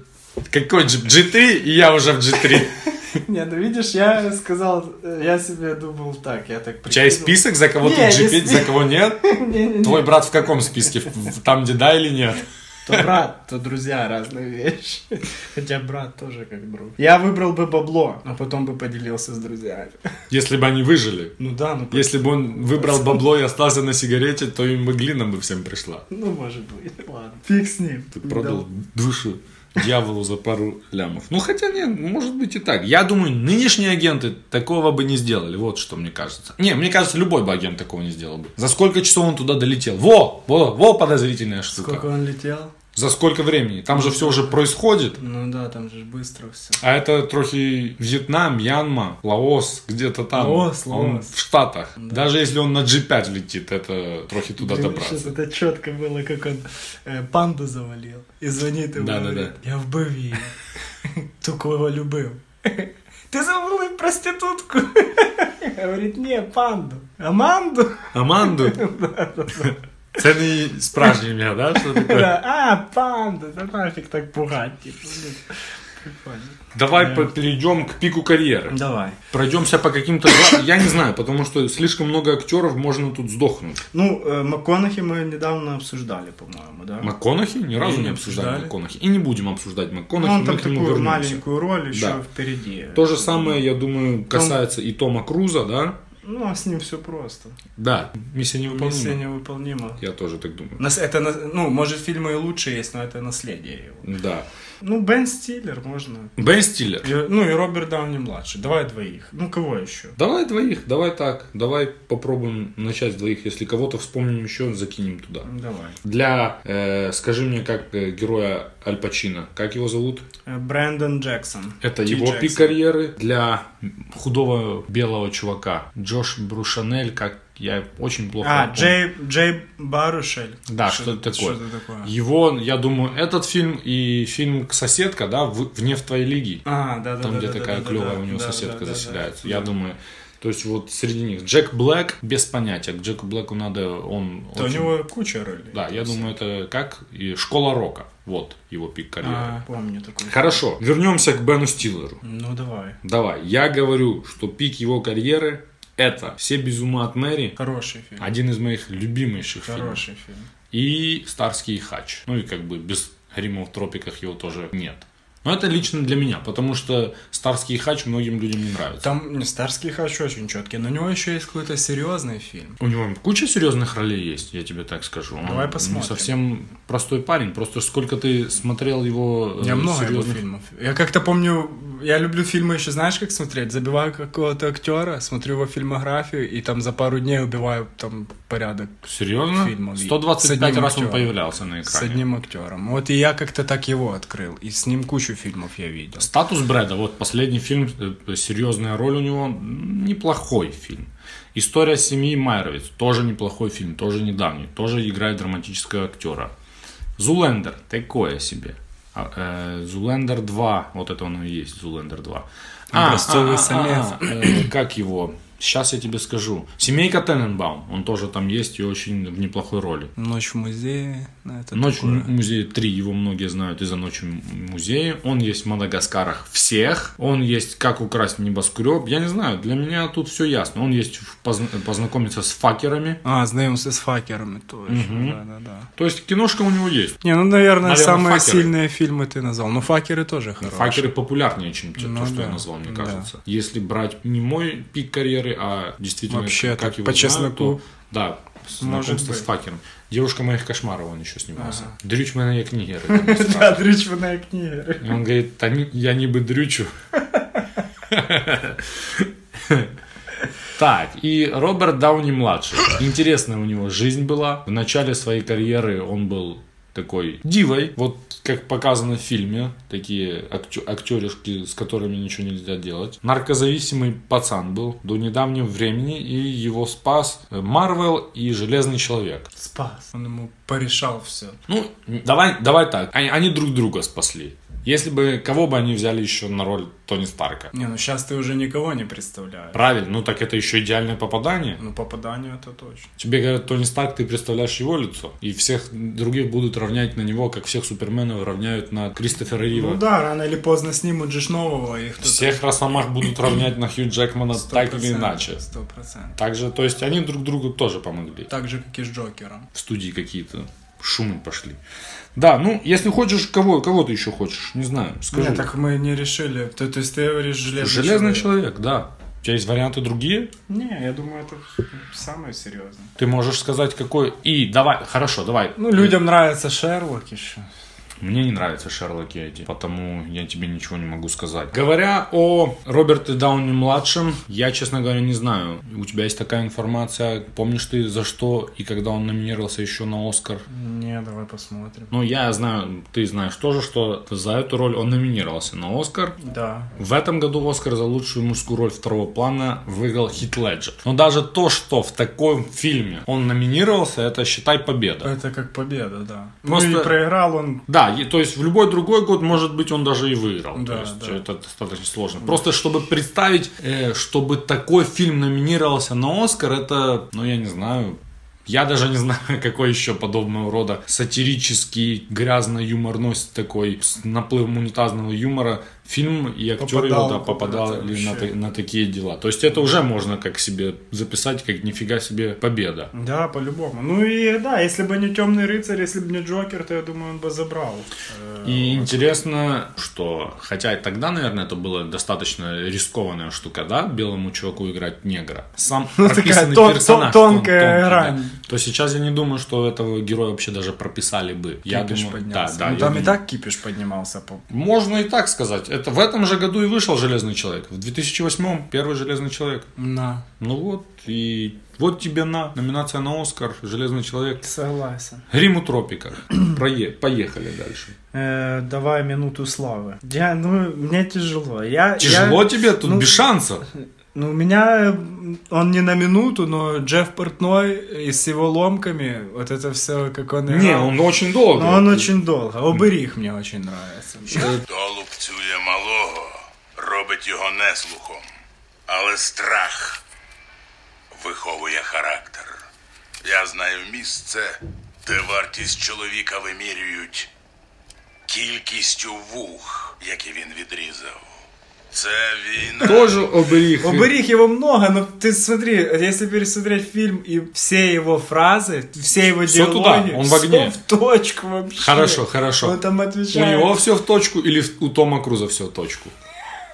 S5: Какой G- G3, и я уже в G3.
S6: Не, ну видишь, я сказал, э, я себе думал так, я так
S5: У тебя есть
S6: прикинул.
S5: список, за кого ты
S6: Не, не
S5: G5, за
S6: спи-
S5: кого нет?
S6: Не-не-не.
S5: Твой брат в каком списке? В- Там, где да или нет?
S6: То брат, то друзья, разные вещи. Хотя брат тоже как друг. Я выбрал бы бабло, а потом бы поделился с друзьями.
S5: Если бы они выжили.
S6: Ну да, ну,
S5: Если бы он выбрал бабло и остался на сигарете, то им бы глина бы всем пришла.
S6: ну может быть. Ладно, фиг с ним.
S5: Ты продал душу дьяволу за пару лямов. Ну, хотя нет, может быть и так. Я думаю, нынешние агенты такого бы не сделали. Вот что мне кажется. Не, мне кажется, любой бы агент такого не сделал бы. За сколько часов он туда долетел? Во! Во, во подозрительная штука.
S6: Сколько он летел?
S5: За сколько времени? Там же все уже происходит.
S6: Ну да, там же ж быстро все.
S5: А это трохи Вьетнам, Мьянма, Лаос, где-то там.
S6: Лаос,
S5: он
S6: Лаос.
S5: в Штатах. Даже если он на G5 летит, это трохи туда
S6: Сейчас
S5: добраться.
S6: это четко было, как он э, панду завалил. І звонит ему.
S5: Да-да-да.
S6: говорит, Я вбив її. Ту, кого любив. Ти завалив проститутку. Говорит, не, панду. Аманду.
S5: Аманду? Це не справжнє ім'я, да? Що таке?
S6: Да, а, панда, да нафиг так пугать. типа, блин. Прикольно.
S5: Давай по- перейдем к пику карьеры.
S6: Давай.
S5: Пройдемся по каким-то... гла- Я не знаю, потому что слишком много актеров, можно тут сдохнуть.
S6: Ну, э, МакКонахи мы недавно обсуждали, по-моему, да?
S5: МакКонахи? Ни разу не,
S6: Не,
S5: обсуждали
S6: не обсуждали.
S5: МакКонахи. И не будем обсуждать МакКонахи,
S6: Ну, он
S5: мы
S6: там
S5: к нему
S6: такую
S5: вернемся.
S6: маленькую Ну. роль еще
S5: Да.
S6: впереди.
S5: То же самое, я думаю, касается и Тома Круза, да?
S6: Ну, а с ним все просто.
S5: Да, миссия невыполнима.
S6: Миссия невыполнима.
S5: Я тоже так думаю.
S6: Нас, это, на- ну, может, фильмы и лучше есть, но это наследие его.
S5: Да.
S6: Ну, Бен Стиллер можно.
S5: Бен Стиллер.
S6: И- ну, и Роберт Дауни-младший. Давай двоих. Ну, кого еще?
S5: Давай двоих, давай так. Давай попробуем начать с двоих. Если кого-то вспомним еще, закинем туда.
S6: Давай.
S5: Для, э, скажи мне, как э, героя Аль Пачино, как его зовут?
S6: Э, Брэндон Джексон.
S5: Это
S6: Ти
S5: его
S6: Джексон.
S5: пик карьеры. Для худого белого чувака Джош Брушанель, как я очень плохо
S6: А,
S5: помню.
S6: Джей, Джей Барушель.
S5: Да, что, это такое?
S6: Что это такое?
S5: Его, я думаю, этот фильм и фильм «Соседка», да, в- «Вне в твоей лиги».
S6: А, да, да,
S5: Там,
S6: да,
S5: где
S6: да,
S5: такая
S6: да, да,
S5: клевая
S6: да,
S5: у него
S6: да,
S5: соседка
S6: да, да,
S5: заселяется.
S6: да.
S5: Я думаю, то есть вот среди них Джек Блэк без понятия. К Джеку Блэку надо он.
S6: Да, у
S5: очень-
S6: него куча ролей.
S5: Да, я думаю, это как и школа рока. Вот его пик карьеры.
S6: А, помню такой.
S5: Хорошо, вернемся к Бену Стиллеру.
S6: Ну, давай.
S5: Давай, я говорю, что пик его карьеры это «Все без ума от Мэри»,
S6: Хороший фильм.
S5: один из моих любимейших фильмов.
S6: Хороший фильм.
S5: И «Старский хач». Ну и как бы без «Грима в тропиках» его тоже нет. Но это лично для меня, потому что «Старский хач» многим людям не нравится.
S6: Там не, Старский Хач очень четкий, но у него еще есть какой-то серьезный фильм.
S5: У него куча серьезных ролей есть, я тебе так скажу. Он
S6: Давай
S5: не
S6: посмотрим.
S5: совсем простой парень. Просто сколько ты смотрел его э,
S6: Я много его
S5: серьезных...
S6: фильмов. Я как-то помню, я люблю фильмы еще, знаешь, как смотреть? Забиваю какого-то актера, смотрю его фильмографию, и там за пару дней убиваю там порядок
S5: Серьезно?
S6: Фильмов.
S5: 125
S6: С одним
S5: раз он
S6: актером.
S5: появлялся на
S6: с
S5: экране.
S6: одним актером. Вот и я как-то так его открыл, и с ним кучу фильмов я видел.
S5: Статус Брэда, вот последний фильм, э, серьезная роль у него, м, неплохой фильм. История семьи Майровиц, тоже неплохой фильм, тоже недавний, тоже играет драматического актера. Зулендер, такое себе. А, э, Зулендер 2, вот это он и есть, Зулендер А, 2.
S6: Образцовый самец.
S5: э, как его? Сейчас я тебе скажу. Семейка Тененбаум, он тоже там есть и очень в неплохой роли.
S6: Ночь в музее. ну, это
S5: Ночь в
S6: такое.
S5: му- музее 3, его многие знают из-за ночи в музее. Он есть в Мадагаскарах всех. Он есть как украсть небоскреб. Я не знаю, для меня тут все ясно. Он есть в позн- познакомиться с факерами.
S6: А, знаемся с факерами тоже. Да-да-да.
S5: То есть киношка у него есть.
S6: Не, ну, наверное,
S5: Наверное,
S6: самые
S5: «Факеры».
S6: сильные фильмы ты назвал. Но факеры тоже хорошие.
S5: Факеры популярнее, чем те,
S6: Ну
S5: то, что я
S6: да.
S5: назвал, мне
S6: Да.
S5: кажется. Если брать не мой пик карьеры, а действительно
S6: Вообще,
S5: как
S6: так,
S5: его
S6: по
S5: знают,
S6: чесноку.
S5: то- да,
S6: Может
S5: знакомство с
S6: быть.
S5: факером. Девушка моих кошмаров он еще снимался. Дрючь моя книги.
S6: Да, дрючваная книга.
S5: И он говорит, «Та ни- я ніби дрючу. Так, и Роберт Дауни младший. Интересная у него жизнь была. В начале своей карьеры он был такой дивой. Вот как показано в фильме, такие актё- актеришки, с которыми ничего нельзя делать. Наркозависимый пацан был до недавнего времени, и его спас Марвел и Железный Человек.
S6: Спас. Он ему порешал все.
S5: Ну, давай, давай так. Они, они друг друга спасли. Если бы кого бы они взяли еще на роль Тони Старка.
S6: Не, ну сейчас ты уже никого не представляешь.
S5: Правильно, ну так это еще идеальное попадание.
S6: Ну, попадание это точно.
S5: Тебе говорят Тони Старк, ты представляешь его лицо, и всех других будут равнять на него, как всех суперменов равняют на Кристофера Рива.
S6: Ну да, рано или поздно снимут же ж нового их.
S5: Всех росомах будут равнять на Хью Джекмана так или иначе.
S6: Сто процентов.
S5: Также, то есть они друг другу тоже помогли.
S6: Так же, как и с Джокером.
S5: В студии какие-то шумы пошли. Да, ну, если хочешь, кого, кого ты еще хочешь? Не знаю, скажи.
S6: Нет, так мы не решили. То, то есть ты говоришь железный,
S5: Железный человек. да. У тебя есть варианты другие?
S6: Не, я думаю, это самое серьезное.
S5: Ты можешь сказать, какой... И давай, хорошо, давай.
S6: Ну, людям нравится Шерлок еще.
S5: Мне не нравится Шерлок Эдди, потому я тебе ничего не могу сказать. Говоря о Роберте Дауни-младшем, я, честно говоря, не знаю. У тебя есть такая информация? Помнишь ты, за что и когда он номинировался еще на Оскар?
S6: Не, давай посмотрим.
S5: Ну, я знаю, ты знаешь тоже, что за эту роль он номинировался на Оскар.
S6: Да.
S5: В этом году Оскар за лучшую мужскую роль второго плана выиграл Хит Леджер. Но даже то, что в таком фильме он номинировался, это считай победа.
S6: Это как победа, да. Ну
S5: Просто-
S6: и проиграл он.
S5: Да, и- то есть в любой другой год, может быть, он даже и выиграл. то
S6: Да,
S5: есть
S6: да.
S5: это достаточно сложно. Просто чтобы представить, э, чтобы такой фильм номинировался на Оскар, это, ну я не знаю. Я даже не знаю, какой еще подобного рода сатирический, грязно-юморной с такой, с наплывом унитазного юмора фильм и актеры
S6: Попадал
S5: да,
S6: куда-то
S5: попадали на,
S6: вообще.
S5: та- на такие дела. То есть это уже можно как себе записать, как нифига себе победа.
S6: Да, по-любому. Ну и да, если бы не Темный рыцарь, если бы не Джокер, то я думаю, он бы забрал. Э,
S5: И интересно, что, хотя и тогда, наверное, это была достаточно рискованная штука, да, белому чуваку играть негра. Сам
S6: Ну, такая
S5: прописанный
S6: тон-
S5: персонаж.
S6: тон- тонкая грань.
S5: да. То сейчас я не думаю, что этого героя вообще даже прописали бы. я
S6: кипиш
S5: думаю, да,
S6: поднялся.
S5: да.
S6: Ну,
S5: я
S6: там и
S5: думаю.
S6: так кипиш поднимался. по-
S5: Можно и так сказать. Это в этом же году и вышел Железный человек. В 2008 первый Железный человек.
S6: На.
S5: Ну вот и вот тебе на номинация на Оскар Железный человек.
S6: Согласен.
S5: Грим у тропика. Прое- Поехали дальше.
S6: Э, давай минуту славы. Я, ну, мне тяжело. Я,
S5: Тяжело
S6: я-
S5: тебе тут
S6: ну,
S5: без шансов.
S6: Ну, у меня, м, он не на минуту, но Джефф Портной и с его ломками, вот это все, как он играл.
S5: Не, он очень долго.
S6: Но он очень долго. Оберіг мені очень нравится.
S4: Долупцює малого, робить його неслухом. Але страх виховує характер. Я знаю місце, де вартість чоловіка вимірюють кількістю вух, які він відрізав. Це війна.
S5: Тоже оберіг.
S6: Оберіг его много, но ты смотри, если пересмотреть фильм и все его фразы, все его
S5: Всё
S6: диалоги,
S5: туда, он в
S6: всё
S5: огне.
S6: в точку вообще.
S5: Хорошо, хорошо.
S6: Он там
S5: У
S6: отвечает.
S5: него все в точку или в- у Тома Круза все в точку?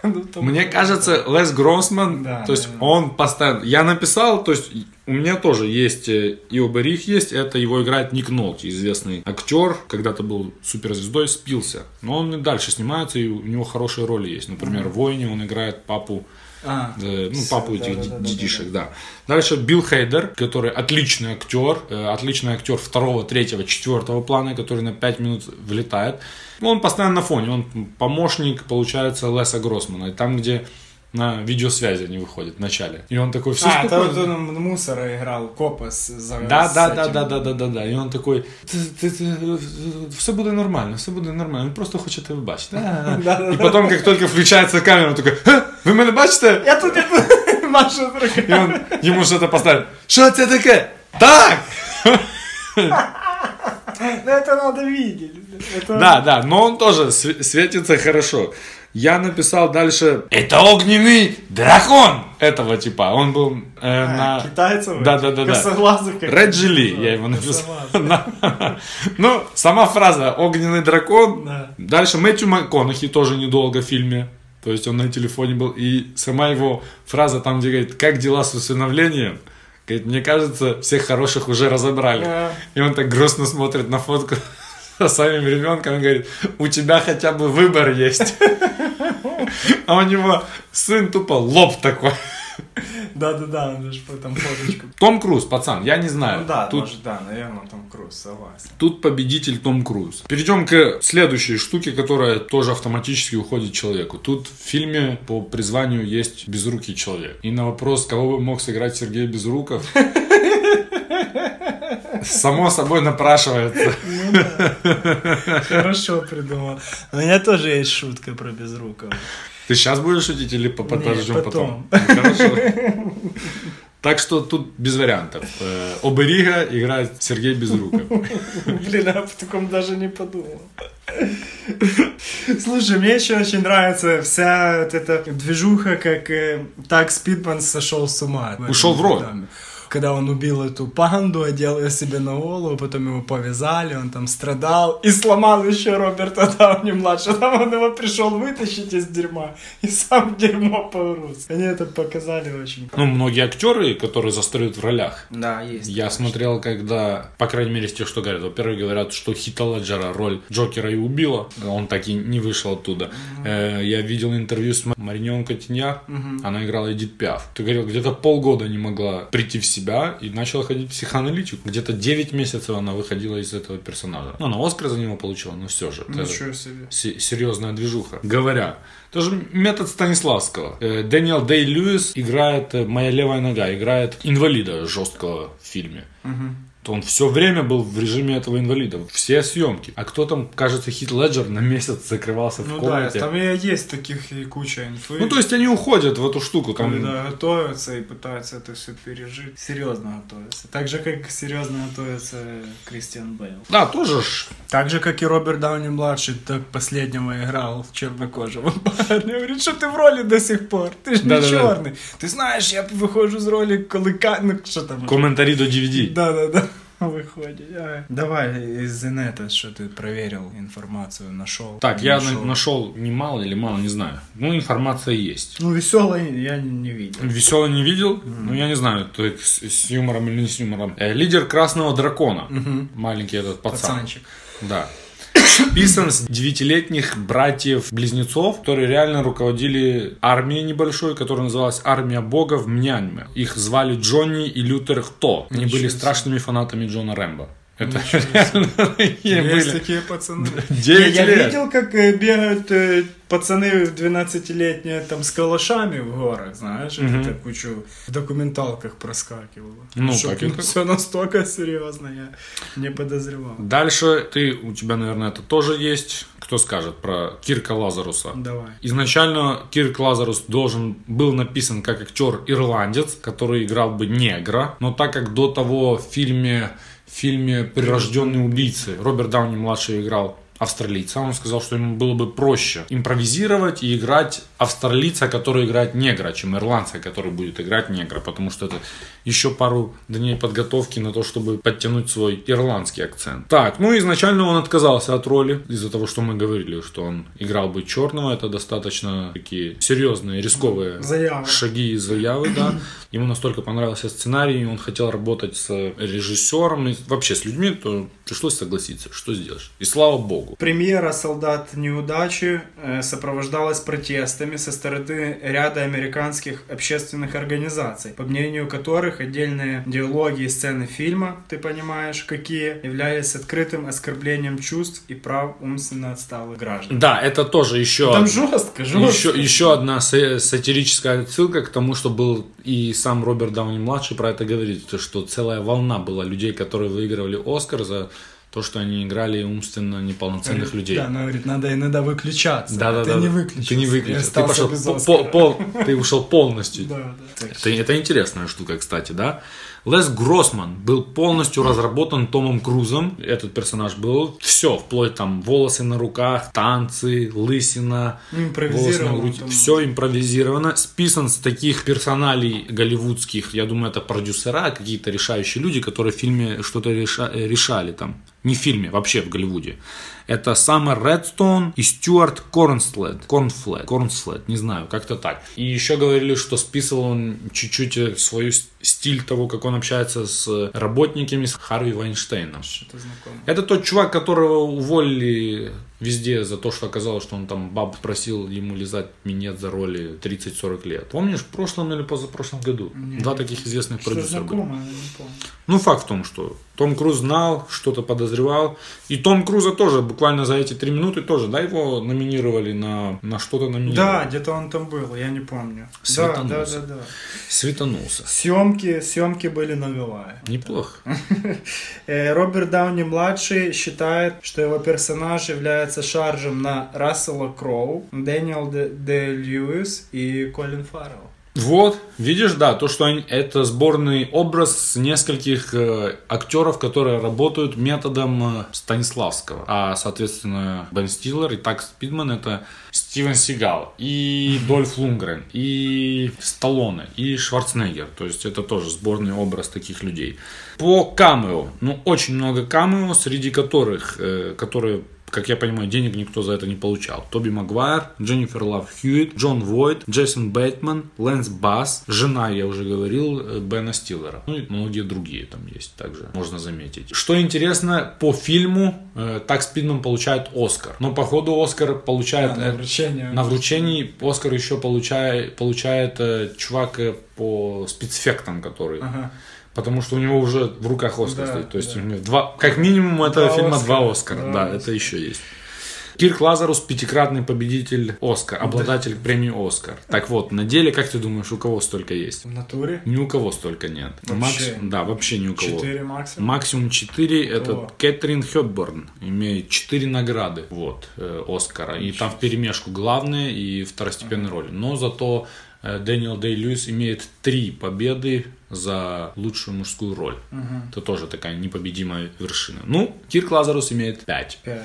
S6: Ну, там-
S5: Мне кажется, Лес Гроссман,
S6: Да,
S5: то есть
S6: да, да.
S5: он постоянно... Я написал, то есть у меня тоже есть э, и оберих есть, это его играет Ник Нолти, известный актер, когда-то был суперзвездой, спился. Но он и дальше снимается, и у него хорошие роли есть. Например, в «Войне» он играет папу
S6: А,
S5: Э, ну,
S6: Всё,
S5: папу
S6: да,
S5: этих
S6: да,
S5: ди-
S6: да, да,
S5: детишек, да. Дальше Билл Хейдер, который отличный актер, э, отличный актер второго, третьего, четвертого плана, который на 5 минут влетает. Ну, Он постоянно на фоне, он помощник, получается, Леса Гроссмана. И там, где на видеосвязи они выходят в начале. И он такой все
S6: А, там он мусора играл, копа с, за-
S5: Да,
S6: с
S5: да,
S6: этим.
S5: да, да, да, да, да, да. І він такий, «Ти- ти- ти, все буде нормально, все буде нормально, він просто хоче тебе бачити. А, а, а». І потім, як тільки включається камера, він такий, «Ха, ви мене бачите?
S6: Я тут, я тут, Маша
S5: И он ему что-то поставит. Что это такое? Так!
S6: Ну это надо видеть. Это-
S5: Да, да, но он тоже св- светится хорошо. Я написал дальше. Это огненный дракон этого типа. Он был э,
S6: А,
S5: на
S6: Китайцев?
S5: Да, да, да, да.
S6: Косоглазых как
S5: Реджи Ли,
S6: называют.
S5: я его написал.
S6: Косоглазых.
S5: Да. Ну, сама фраза «Огненный дракон».
S6: Да.
S5: Дальше Мэтью МакКонахи тоже недолго в фильме. То есть он на телефоне был. И сама его фраза там, где говорит «Как дела с усыновлением?» Говорит, мне кажется, всех хороших уже разобрали.
S6: Да.
S5: И он так грустно смотрит на фотку со самим ребенком и говорит, у тебя хотя бы выбор есть. А у него сын тупо лоб такой.
S6: Да-да-да, он же по- там фоточку.
S5: Том Круз, пацан, я не знаю.
S6: Ну да,
S5: Тут
S6: может, да, наверное, там Круз, согласен.
S5: Тут победитель Том Круз. Перейдем к следующей штуке, которая тоже автоматически уходит человеку. Тут в фильме по призванию есть безрукий человек. И на вопрос, кого бы мог сыграть Сергей Безруков, само собой напрашивается
S6: Хорошо придумал. У меня тоже есть шутка про безрукого.
S5: Ты сейчас будешь шутить или по- подождем
S6: Нет,
S5: потом? Ну, Хорошо. Так что тут без вариантов. Э, Оберига играет Сергей Безруков.
S6: Блин, я в таком даже не подумал. Слушай, мне еще очень нравится вся вот эта движуха, как э, так Спидман сошел с ума.
S5: Ушел в рот.
S6: Там, Когда он убил эту панду, одел ее себе на голову, потом его повязали, он там страдал и сломал еще Роберта Дауни младшего. Там он его пришел вытащить из дерьма и сам в дерьмо порус. Они это показали очень.
S5: Ну, многие актеры, которые застают в ролях.
S6: Да, есть.
S5: Я смотрел, когда, по крайней мере, из тех, что говорят. Во-первых, говорят, что Хита Леджера роль Джокера и убила. Он так и не вышел оттуда. Э, Я видел интервью с Ма- Маринион Котинья. Она играла Эдит Пиаф. Ты говорил, где-то полгода не могла прийти в себя и начала ходить к психоаналитику. Где-то 9 месяцев она выходила из этого персонажа. Ну, она Оскар за него получила, но все же. Это-
S6: Ничего себе.
S5: се- серьезная движуха. Говоря. Тоже метод Станиславского. Э, Дэниел Дэй Льюис играет э, «Моя левая нога», играет инвалида жесткого в фильме. То Он все время был в режиме этого инвалида. Все съемки. А кто там, кажется, Хит Леджер на месяц закрывался в
S6: Ну да,
S5: комнате.
S6: там и есть таких и куча инфы.
S5: Ну, то есть они уходят в эту штуку. Там...
S6: Когда готовятся и пытаются это все пережить. Серьезно готовятся. Так же, как серьезно готовится Кристиан Бейл.
S5: Да, тоже ж.
S6: Так же, как и Роберт Дауни-младший, так последнего играл в чернокожего парня. Говорит, что ты в роли до сих пор? Ты же не
S5: Да-да-да.
S6: черный. Ты знаешь, я выхожу из роли колыка... Ну, что там?
S5: Комментарий до DVD.
S6: Да-да-да. Выходит. А. Давай из инета, что ты проверил информацию, нашел.
S5: Так,
S6: не
S5: я на- нашел немало или мало, не знаю. Ну, информация есть.
S6: Ну, веселый я не, не видел.
S5: Веселый не видел, ну я не знаю, то есть с, с юмором или не с юмором. Э, лидер Красного Дракона, маленький этот пацан.
S6: Пацанчик.
S5: Да. Писан с девятилетних братьев-близнецов, которые реально руководили армией небольшой, которая называлась «Армия Бога» в Мьянме. Их звали Джонни и Лютер Хто. Они были страшными фанатами Джона Рэмбо. Это реально такие
S6: Есть
S5: были.
S6: такие пацаны.
S5: Девять
S6: я, я
S5: лет.
S6: видел, как э, бегают э, пацаны 12-летние там с калашами в горах, знаешь, это кучу в документалках проскакивало.
S5: Ну,
S6: Чтоб,
S5: так и так.
S6: Все настолько серьезно, я не подозревал.
S5: Дальше ты, у тебя, наверное, это тоже есть. Кто скажет про Кирка Лазаруса?
S6: Давай.
S5: Изначально Кирк Лазарус должен был написан как актер ирландец, который играл бы негра, но так как до того в фильме, в фильме «Прирожденные убийцы» Роберт Дауни младший играл австралийца, он сказал, что ему было бы проще импровизировать и играть австралийца, который играет негра, чем ирландца, который будет играть негра, потому что это еще пару дней подготовки на то, чтобы подтянуть свой ирландский акцент. Так, ну изначально он отказался от роли из-за того, что мы говорили, что он играл бы черного, это достаточно такие серьезные рисковые
S6: Заявы.
S5: шаги и заявы, да. Ему настолько понравился сценарий, и он хотел работать с режиссером и вообще с людьми, то пришлось согласиться, что сделаешь. И слава богу.
S6: Премьера «Солдат неудачи» э, сопровождалась протестами со стороны ряда американских общественных организаций, по мнению которых отдельные диалоги и сцены фильма, ты понимаешь, какие, являлись открытым оскорблением чувств и прав умственно отсталых граждан.
S5: Да, это тоже еще...
S6: Там
S5: одна-
S6: жестко, жестко.
S5: Еще, еще одна са- сатирическая отсылка к тому, что был и сам Роберт Дауни младший про это говорит, то, что целая волна была людей, которые выигрывали Оскар за то, что они играли умственно неполноценных людей.
S6: Э, Да, она говорит, надо иногда выключаться.
S5: Да, да,
S6: ты
S5: да.
S6: не выключился.
S5: Ты не
S6: и
S5: выключился. Ты
S6: остался
S5: пошел
S6: без
S5: по-
S6: Оскара.
S5: по- пол- ты ушел полностью.
S6: Да, да.
S5: Это, это интересная штука, кстати, да? Лес Гроссман был полностью разработан Томом Крузом. Этот персонаж был все, вплоть там волосы на руках, танцы, лысина,
S6: Ну,
S5: волосы
S6: импровизировано
S5: на груди.
S6: там.
S5: Все импровизировано. Списан с таких персоналей голливудских, я думаю, это продюсера, какие-то решающие люди, которые в фильме что-то реша- э, решали там. Не в фильме, вообще в Голливуде. Это Саммер Редстоун и Стюарт Корнслет. Корнфлет. Корнслет, не знаю, как-то так. И еще говорили, что списывал он чуть-чуть э, свой с- стиль того, как он общается с э, работниками, с Харви Вайнштейном.
S6: Что-то знакомо.
S5: Это тот чувак, которого уволили везде за то, что оказалось, что он там баб просил ему лизать минет за роли 30-40 лет. Помнишь, в прошлом или позапрошлом году? Два таких известных
S6: Что
S5: продюсера были.
S6: знакомо, я не помню.
S5: Ну, факт в том, что Том Круз знал, что-то подозревал. И Том Круза тоже буквально за эти три минуты тоже, да, его номинировали на, на что-то
S6: Да,
S5: номинировали.
S6: где-то он там был, я не помню. Да, да,
S5: Светанулся.
S6: да, да.
S5: Светанулся.
S6: Съемки, съемки были на Гавайях.
S5: Неплохо.
S6: Э, Роберт Дауни-младший считает, что его персонаж является шаржем на Рассела Кроу, Дэниел Де, Де Льюис и Колин Фаррелл.
S5: Вот, видишь, да, то, что они- это сборный образ с нескольких э, актеров, которые работают методом э, Станиславского. А, соответственно, Бен Стиллер и Такс Питман это Стивен Сигал, и Дольф Лунгрен, и Сталлоне, и Шварценеггер. То есть это тоже сборный образ таких людей. По камео, ну, очень много камео, среди которых, э, которые как я понимаю, денег никто за это не получал. Тоби Магуайр, Дженнифер Лав Хьюитт, Джон Войд, Джейсон Бейтман, Лэнс Басс, жена, я уже говорил, э, Бена Стиллера. Ну и многие другие там есть также, можно заметить. Что интересно, по фильму э, Так Спидман получает Оскар. Но походу Оскар получает...
S6: А, на
S5: э,
S6: вручение.
S5: На вручении Оскар еще получает, получает э, чувак э, по спецэффектам, который...
S6: Ага.
S5: Потому что у него уже в руках Оскар
S6: Да,
S5: стоит. То есть
S6: да.
S5: у него два, как минимум у этого
S6: Два
S5: фильма два
S6: Оскара.
S5: Оскара.
S6: Два
S5: да,
S6: Оскара.
S5: это еще есть. Кирк Лазарус пятикратный победитель Оскар, обладатель премии Оскар. Так вот, на деле, как ты думаешь, у кого столько есть?
S6: В натуре?
S5: Ни у кого столько нет.
S6: Вообще.
S5: да, вообще ни у кого.
S6: Четыре максимум?
S5: Максимум 4 это
S6: Кто?
S5: Кэтрин Хёбборн. Имеет 4 награды вот, э, Оскара. И там в перемешку главные и второстепенные роли. Но зато э, Дэниел Дэй Льюис имеет 3 победы за лучшую мужскую роль. Это тоже такая непобедимая вершина. Ну, Кирк Лазарус имеет 5.
S6: Пять.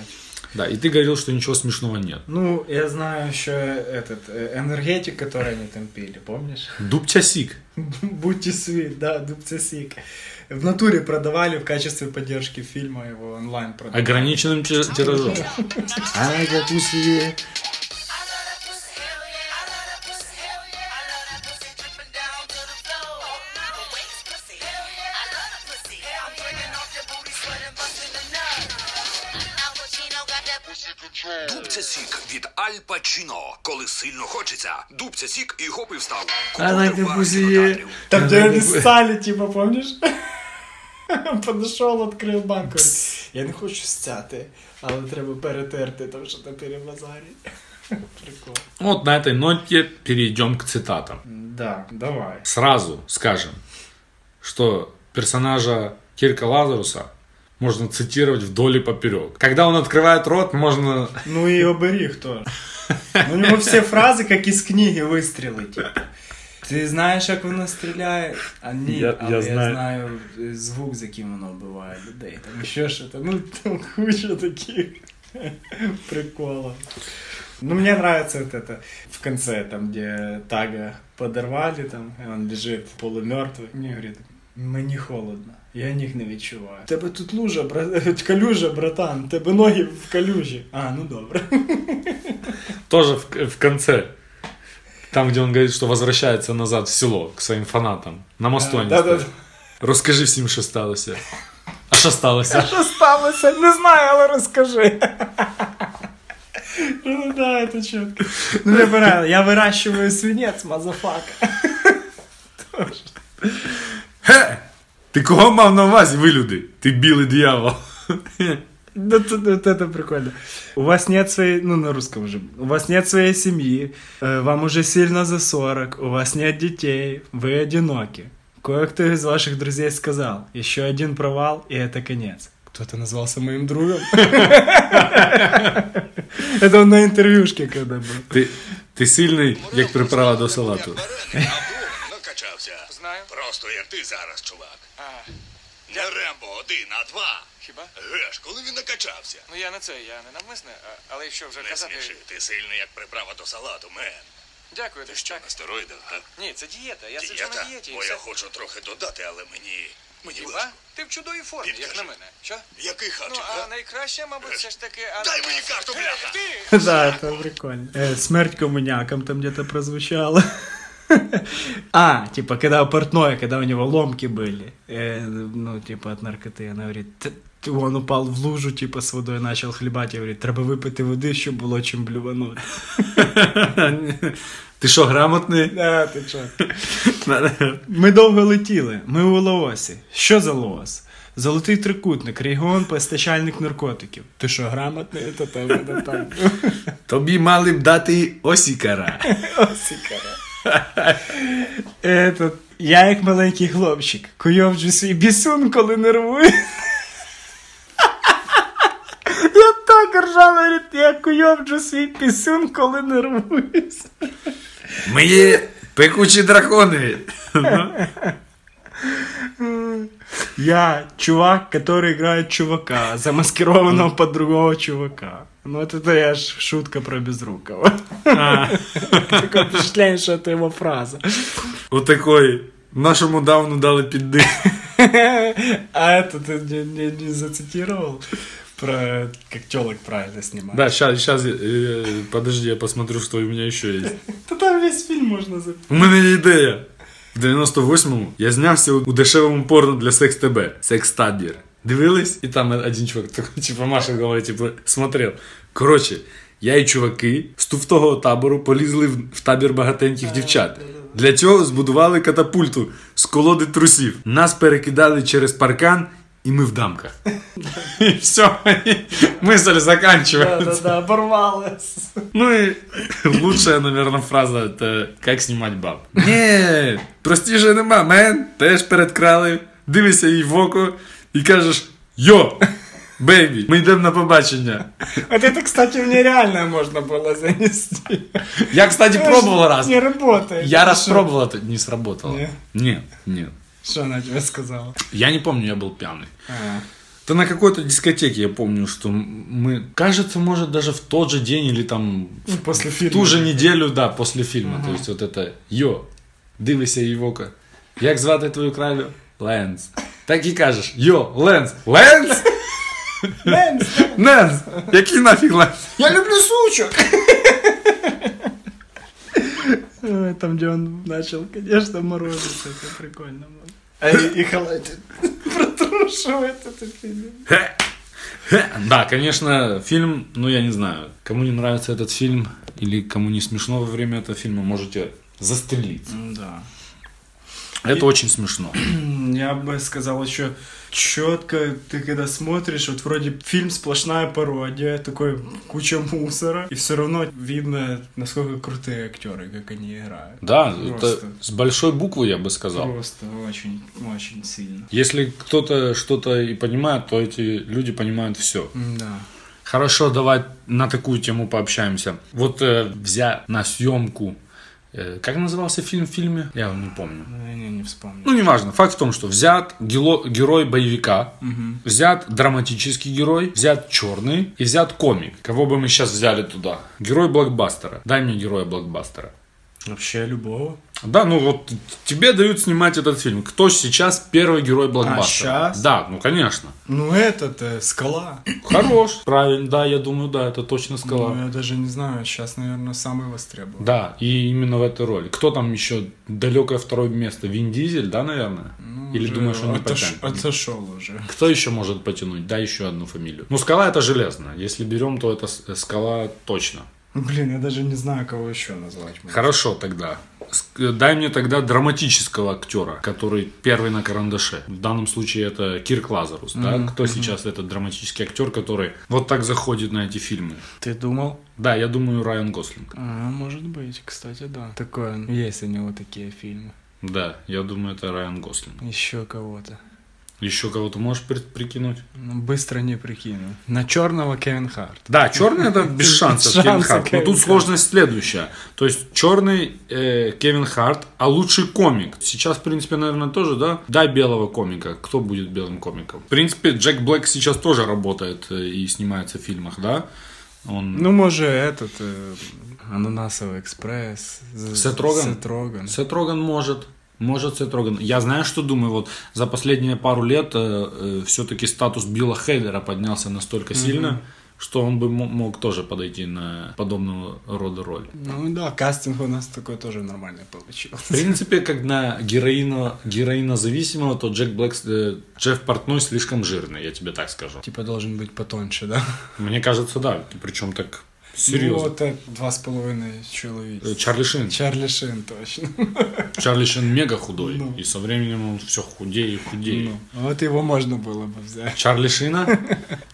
S5: Да, и ты говорил, что ничего смешного нет.
S6: Ну, я знаю еще этот э, энергетик, который они там пили, помнишь?
S5: Дубчасик.
S6: Будьте свит, да, дубцесик. В натуре продавали в качестве поддержки фильма его онлайн продавали.
S5: Ограниченным ти- тиражом.
S6: Ай, как у свет.
S8: I love that pussy, hell yeah. I love that pussy, hell yeah. I love that pussy dripping down to the floor. The waist pussy, hell yeah. I love the pussy. I'm breaking off your booty, sweating, busting the nut. Al Pacino got that pussy control.
S7: Дубця сік від Аль Пачино. Коли сильно хочеться, дубця сік і гоп і встав. Комп'ютер
S5: Ай, так
S7: в
S5: пусть
S7: армію
S5: є.
S7: ударів.
S6: Там,
S5: Е,
S6: где они ссали, типа, помнишь? Подошел, открыл банку. Я не хочу стяти, але треба перетерти, там що-то перебазарить. Прикол.
S5: Вот на этой ноте перейдем к цитатам.
S6: Да, давай.
S5: сразу скажем, что персонажа Кирка Лазаруса можно цитировать вдоль и поперек. Когда он открывает рот, можно...
S6: Ну и оберіг тоже. У нього всі фрази, як із книги вистріли, типу. Ти знаєш, як воно стріляє? А ні,
S5: Я-
S6: але
S5: я
S6: я знаю.
S5: знаю.
S6: е, звук, з яким воно вбиває людей. Там ще що то ну там куча таких приколов. Ну, мне нравится вот это в конце, там, где Тага подорвали, там, и он лежит полумертвый. Мне говорит, мені холодно, я ніг не відчуваю. Тебе тут лужа, бра... калюжа, братан, тебе ноги в калюжі. А, ну добре.
S5: Тоже в, в конце. Там, где он говорит, что возвращается назад в село к своим фанатам. На мосту они
S6: Да-да-да.
S5: стоят. Расскажи всем, что сталося. А что сталося?
S6: Що сталося? Не Ну, знаю, але розкажи. Ну да, это четко. Ну, я, вира- я выращиваю свинец, мазафака.
S5: Ти кого мав на увазі, вилюди? Ти білий дьявол.
S6: Да тут вот это прикольно. У вас нет своей, ну на русском уже, у вас нет своей семьи, э, вам уже сильно за 40, у вас нет детей, вы одиноки. Кое-кто из ваших друзей сказал, еще один провал, и это конец. Кто-то назвался моим другом. Это он на интервьюшке когда был.
S5: Ти, ти сильний, як приправа до салату.
S7: Накачався.
S3: Знаю.
S7: Ну, Просто як ти зараз, чувак. Не Рембо один, а два.
S3: Хіба?
S7: Геш, коли він накачався.
S3: Ну я не це, я не навмисне, а- але що вже
S7: Не
S3: казати.
S7: сміши, ти сильний, як приправа до салату, мен.
S3: Дякую, ти
S7: Що
S3: так.
S7: на стероїдах, а?
S3: Ні, це дієта. Я сиджу на
S7: Дієта?
S3: дієті. і
S7: Бо я
S3: все.
S7: хочу трохи додати, але мені... Мені
S3: Хіба?
S7: важко.
S3: Ти в чудовій формі, як
S7: Підкажи.
S3: на мене. Що?
S7: Який
S3: Ну,
S7: хачик,
S3: а
S7: а?
S3: найкраще, мабуть, все ж таки. а-
S7: Е. Дай мені карту,
S3: Гей,
S7: бляха!
S3: ти!
S6: Да, это прикольно. Э, смерть коммунякам там где-то прозвучала. А, типа, когда у портной, когда у него ломки были, э, ну, типа, от наркоты, она говорит, «Т- т- он упал в лужу, типа, с водой начал хлебать, і говорить, треба випити води, щоб було чим блюванути.
S5: Ти що, грамотний?
S6: Да, ти чо? Ми довго летіли. Ми у Лаосі. Що за Лаос? Золотий трикутник, регіон постачальник наркотиків. Ти що, грамотний? Та та та та.
S5: Тобі мали б дати осікара.
S6: Этот, Я як маленький хлопчик, куйовджу свій бісун, коли нервую. Я так ржала, говорить, я куйовджу свій пісюн, коли нервуюсь.
S5: Ми є пекучі дракони.
S6: Я чувак, который играет чувака, замаскированного под другого чувака. Ну, вот это я ж шутка про Безрукова. Такое впечатление, что это его фраза.
S5: Отакої. Нашому давну дали піддих.
S6: А это ты не, не- не зацитировал? Про как телок правильно снимать.
S5: Да, сейчас, сейчас, е, подожди, я посмотрю, что у меня еще есть.
S6: Да Ну, там весь фильм можно записать.
S5: У мене є ідея. В 98-му я знявся у дешевому порно для секс ТБ. Секс табір. Дивились, і там один чувак такий, типу, Маша говорить, типу, смотрел. Коротше, я і чуваки з туфтого табору полізли в, в табір багатеньких дівчат. Для цього збудували катапульту з колоди трусів. Нас перекидали через паркан, і ми в дамках. І все, мисль закінчується.
S6: Да-да-да, оборвалось.
S5: Ну и лучшая, наверное, фраза это как снимать баб. Ні, простіше нема, мен, теж передкрали, дивишся їй в око і кажеш Йо! Бейбі, ми йдемо на побачення.
S6: Вот это, кстати, мне реально можно было занести.
S5: Я, кстати, пробував раз.
S6: Не работает.
S5: Я раз пробував, то не сработало.
S6: Ні?
S5: Ні, ні.
S6: Что она тебе сказала? А,
S5: Я не помню, я был пьяный. Да на какой-то дискотеке я помню, что мы, кажется, может даже в тот же день или там
S6: Ну, После
S5: в
S6: фильма.
S5: ту же неделю, да, после фильма. То есть вот это Йо, дивися Євока. Як звати твою кралю? Ленс. Так і кажеш: Йо, Ленс! Ленс!
S6: Мэн,
S5: Ленс! Який нафіг Ленс?
S6: Я люблю сучек! Ой, Там, Ну, где он начал, конечно, морозиться, это прикольно было.
S5: Э,
S6: А и, и халатик протрушивает это фильм.
S5: Да, конечно, фильм, ну я не знаю, кому не нравится этот фильм или кому не смешно во время этого фильма, можете застрелиться.
S6: Да.
S5: Это очень смешно.
S6: Я бы сказал еще четко, ты когда смотришь, вот вроде фильм сплошная пародия, такой куча мусора, и все равно видно, насколько крутые актеры, как они играют.
S5: Да, это
S6: Просто.
S5: с большой буквы я бы сказал.
S6: Просто очень, очень сильно.
S5: Если кто-то что-то и понимает, то эти люди понимают все.
S6: Да.
S5: Хорошо, давай на такую тему пообщаемся. Вот э, взя на съемку. э, как назывался фильм в фильме? Я не помню.
S6: Не, не вспомню.
S5: Ну, неважно. Факт в том, что взят гело- герой боевика, взят драматический герой, взят черный и взят комик. Кого бы мы сейчас взяли туда? Герой блокбастера. Дай мне героя блокбастера.
S6: Вообще любого.
S5: Да, ну вот тебе дают снимать этот фильм. Кто сейчас первый герой блокбастера?
S6: щас?
S5: Да, ну конечно.
S6: Ну этот э, скала.
S5: Хорош. Правильно, да, я думаю, да, это точно скала.
S6: Ну, я даже не знаю, сейчас, наверное, самый востребованный.
S5: Да, и именно в этой роли. Кто там еще далекое второе место? Вин Дизель, да, наверное?
S6: Ну,
S5: Или думаешь, он не
S6: Отош-
S5: потянет?
S6: отошел уже.
S5: Кто еще может потянуть? Да, еще одну фамилию. Ну, скала это железно. Если берем, то это с- э, скала точно.
S6: Блин, я даже не знаю, кого еще назвать. можно.
S5: Хорошо тогда. Ск- э, Дай мне тогда драматического актера, который первый на карандаше. В данном случае это Кирк Лазарус. Да? Кто сейчас этот драматический актер, который вот так заходит на эти фильмы?
S6: Ты думал?
S5: Да, я думаю, Райан Гослинг.
S6: А, может быть, кстати, да. Такое. Есть у него такие фильмы.
S5: Да, я думаю, это Райан Гослинг.
S6: Еще кого-то.
S5: Еще кого-то можешь при- прикинуть?
S6: Ну, быстро не прикину. На черного Кевин Харт.
S5: Да, черный это без шансов
S6: Шансы
S5: Кевин Харт. Но
S6: Кевин
S5: тут
S6: Харт.
S5: сложность следующая. То есть черный э, Кевин Харт, а лучший комик. Сейчас, в принципе, наверное, тоже, да? Дай белого комика. Кто будет белым комиком? В принципе, Джек Блэк сейчас тоже работает э, и снимается в фильмах, да? Он...
S6: Ну, может, этот... э, Ананасовый экспресс. З-
S5: Сет Роган?
S6: Сет Роган.
S5: Сет Роган может. Может Сет Роган. Я знаю, что думаю. Вот за последние пару лет все-таки статус Билла Хейлера поднялся настолько сильно, что он бы мо- мог тоже подойти на подобного рода роль.
S6: Ну да, кастинг у нас такой тоже нормальный получился.
S5: В принципе, как на героина, героинозависимого, то Джек Блэк, э, Джефф Портной слишком жирный, я тебе так скажу.
S6: Типа должен быть потоньше, да?
S5: Мне кажется, да. Причем так Серьезно.
S6: Ну, это два с половиной человечества.
S5: Э, Чарли Шин.
S6: Чарли Шин, точно.
S5: Чарли Шин мега худой.
S6: Ну.
S5: И со временем он все худее и худее.
S6: Вот его можно было бы взять.
S5: Чарли Шина?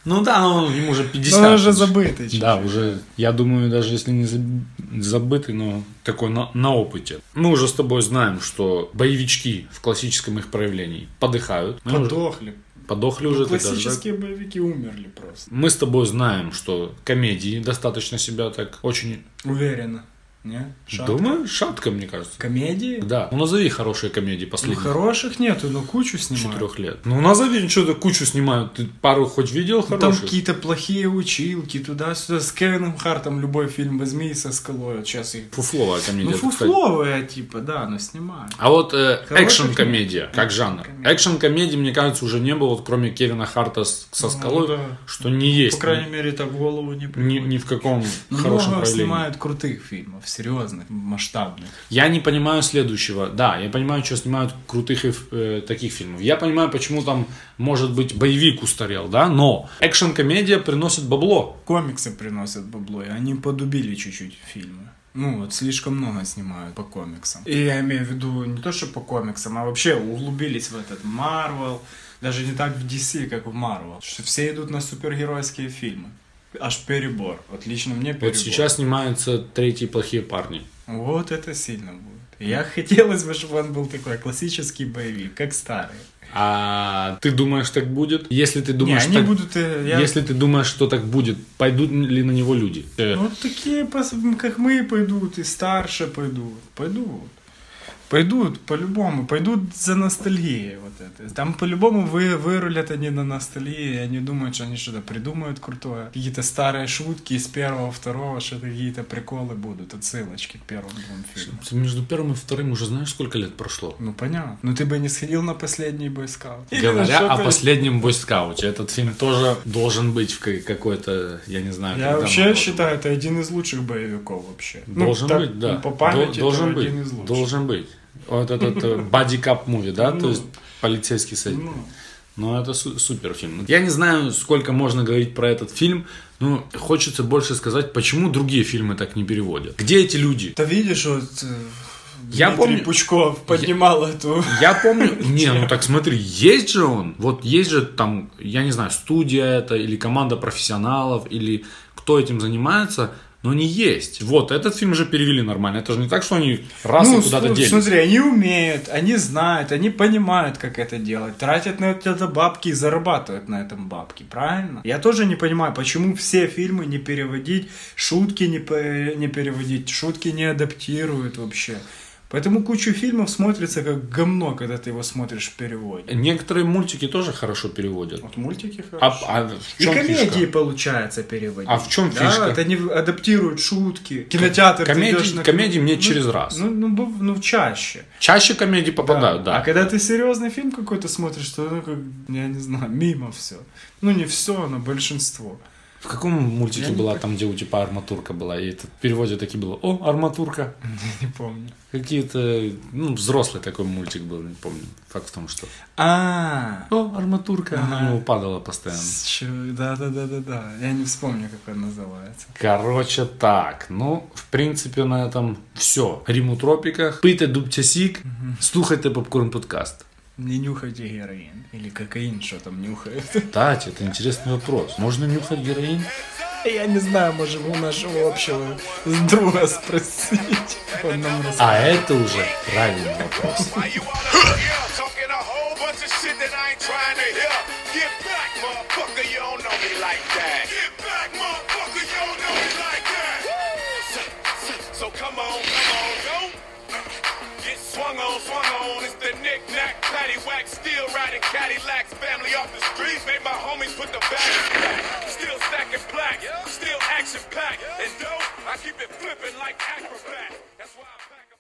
S5: Ну да, он, ему уже 50.
S6: Но Ну, он уже забытый. чуть.
S5: Да, уже, я думаю, даже если не заб- забытый, но такой на, на опыте. Мы уже с тобой знаем, что боевички в классическом их проявлении подыхают. Мы уже-
S6: Подохли.
S5: подохли
S6: Ну,
S5: уже. ты даже-
S6: Классические боевики умерли просто.
S5: Мы с тобой знаем, что комедии достаточно себя так очень...
S6: Уверенно. Не? Шатко.
S5: Думаю, шатко, мне кажется.
S6: Комедии?
S5: Да. Ну, назови хорошие комедии
S6: Ну,
S5: последних.
S6: хороших нету, но кучу снимают.
S5: четырех лет. Ну, назови, что-то кучу снимают. Ты пару хоть видел
S6: Ну, Там
S5: хороших?
S6: какие-то плохие училки, туда-сюда. С Кевином Хартом любой фильм возьми и со скалой. Вот сейчас их...
S5: Фуфловая комедия.
S6: Ну,
S5: это, кстати.
S6: фуфловые, типа, да, но снимают.
S5: А вот э,
S6: Хороших
S5: экшн-комедия, как жанр.
S6: Экшн-комедия.
S5: Экшн-комедии, мне кажется, уже не было, вот, кроме Кевина Харта с- со скалой,
S6: Ну да.
S5: что не есть.
S6: По крайней мере, это в голову не
S5: ни, ни-
S6: приходит.
S5: ни в каком
S6: Ну,
S5: хорошем
S6: Много
S5: проявлении.
S6: снимают крутых фильмов, серьезных, масштабных.
S5: Я не понимаю следующего. Да, я понимаю, что снимают крутых и ф- э, таких фильмов. Я понимаю, почему там, может быть, боевик устарел, да, но экшн-комедия приносит бабло.
S6: Комиксы приносят бабло, и они подубили чуть-чуть фильмы. Ну вот, слишком много снимают по комиксам. И я имею в виду не то, что по комиксам, а вообще углубились в этот Марвел. Даже не так в DC, как в Марвел. Что все идут на супергеройские фильмы. Аж перебор. Вот лично мне перебор.
S5: Вот сейчас снимаются третьи плохие парни.
S6: Вот это сильно будет. Я хотелось бы, чтобы он был такой классический боевик, как старый.
S5: А ты думаешь, так будет? Если ты
S6: Не,
S5: думаешь,
S6: они
S5: так-
S6: будут... э, я-
S5: если ты думаешь, что так будет, пойдут ли на него люди? Э,
S6: Ну, такие, пос- как мы, пойдут, и старше пойдут. Пойдут. Пойдут, по-любому. Пойдут за ностальгией вот это. Там по-любому вы, вырулят они на ностальгии. Они думают, что они что-то придумают крутое. Какие-то старые шутки из первого, второго, что какие-то приколы будут, отсылочки к первым двум фильмам.
S5: Между первым и вторым уже знаешь, сколько лет прошло?
S6: Ну, понятно. Но ты бы не сходил на последний бойскаут. Или на
S5: Говоря о
S6: что-то-
S5: последнем бойскауте, этот фильм тоже должен быть в ка- какой-то, я не знаю, когда
S6: Я
S5: он
S6: вообще
S5: должен
S6: считаю, это один из лучших боевиков вообще.
S5: быть.
S6: Ну,
S5: ну. Должен
S6: так,
S5: быть, да.
S6: По памяти
S5: Дол- должен
S6: это
S5: быть,
S6: один из лучших.
S5: должен быть. Вот этот э, бадикап муви, да, то
S6: Ну.
S5: есть полицейский с этим.
S6: Ну.
S5: Ну, это су- супер фильм. Я не знаю, сколько можно говорить про этот фильм, но хочется больше сказать, почему другие фильмы так не переводят. Где эти люди?
S6: Да видишь, вот э,
S5: Я
S6: Дмитрий
S5: помню-
S6: Пучков поднимал эту...
S5: Я помню... Не, ну так смотри, есть же он. Вот есть же там, я не знаю, студия это, или команда профессионалов, или кто этим занимается, но не есть. Вот, этот фильм же перевели нормально. Это же не так, что они раз и
S6: Ну,
S5: куда-то
S6: см-
S5: делись.
S6: смотри, они умеют, они знают, они понимают, как это делать, тратят на это бабки и зарабатывают на этом бабки, правильно? Я тоже не понимаю, почему все фильмы не переводить, шутки не, пе- не переводить, шутки не адаптируют вообще. Поэтому кучу фильмов смотрится как говно, когда ты его смотришь в переводе.
S5: Некоторые мультики тоже хорошо переводят.
S6: Вот мультики
S5: Э, А,
S6: хорошо.
S5: а в
S6: И
S5: чем
S6: комедии
S5: фишка?
S6: получается переводить.
S5: А в чем
S6: да,
S5: фишка?
S6: это они адаптируют шутки. Кинотеатр. ты
S5: комедии-
S6: идешь на-
S5: комедии мне
S6: Ну,
S5: через раз.
S6: Ну, ну, быв- ну, чаще.
S5: Чаще комедии попадают, да.
S6: А когда ты серьезный фильм какой-то смотришь, то ну как, я не знаю, мимо все. Ну не все, но большинство.
S5: В каком мультике была там, где у типа арматурка была? И это в переводе такие было. О, арматурка.
S6: Не помню.
S5: Какие-то, ну, взрослый такой мультик был, не помню. Факт в том, что...
S6: А,
S5: О, арматурка. Она
S6: Ага.
S5: у него Ну, падала постоянно.
S6: да, да, да, да, да. Я не вспомню, как он называется.
S5: Короче, так. Ну, в принципе, на этом все. Рим у тропіках. Пийте дубтясік, слухайте попкорн подкаст.
S6: Не нюхайте героин. Или кокаин, что там нюхает.
S5: Кстати, это интересный вопрос. Можно нюхать героин?
S6: Я не знаю, можем у нашего общего друга спросить. Он нам расскажет.
S5: А это уже правильный вопрос.
S8: Why you wanna be here talking a whole bunch of shit that I ain't trying to hear? Get back, motherfucker, you don't know me like that. Get back, motherfucker, you don't know me like that. So come on, come on, go. Get swung on, swung on. It's the knick-knack, paddywhack, still riding Cadillacs. Family off the street, made my homies put the bags back. Still stacking black, still action packed. And dope, I keep it flipping like acrobat. That's why I'm back.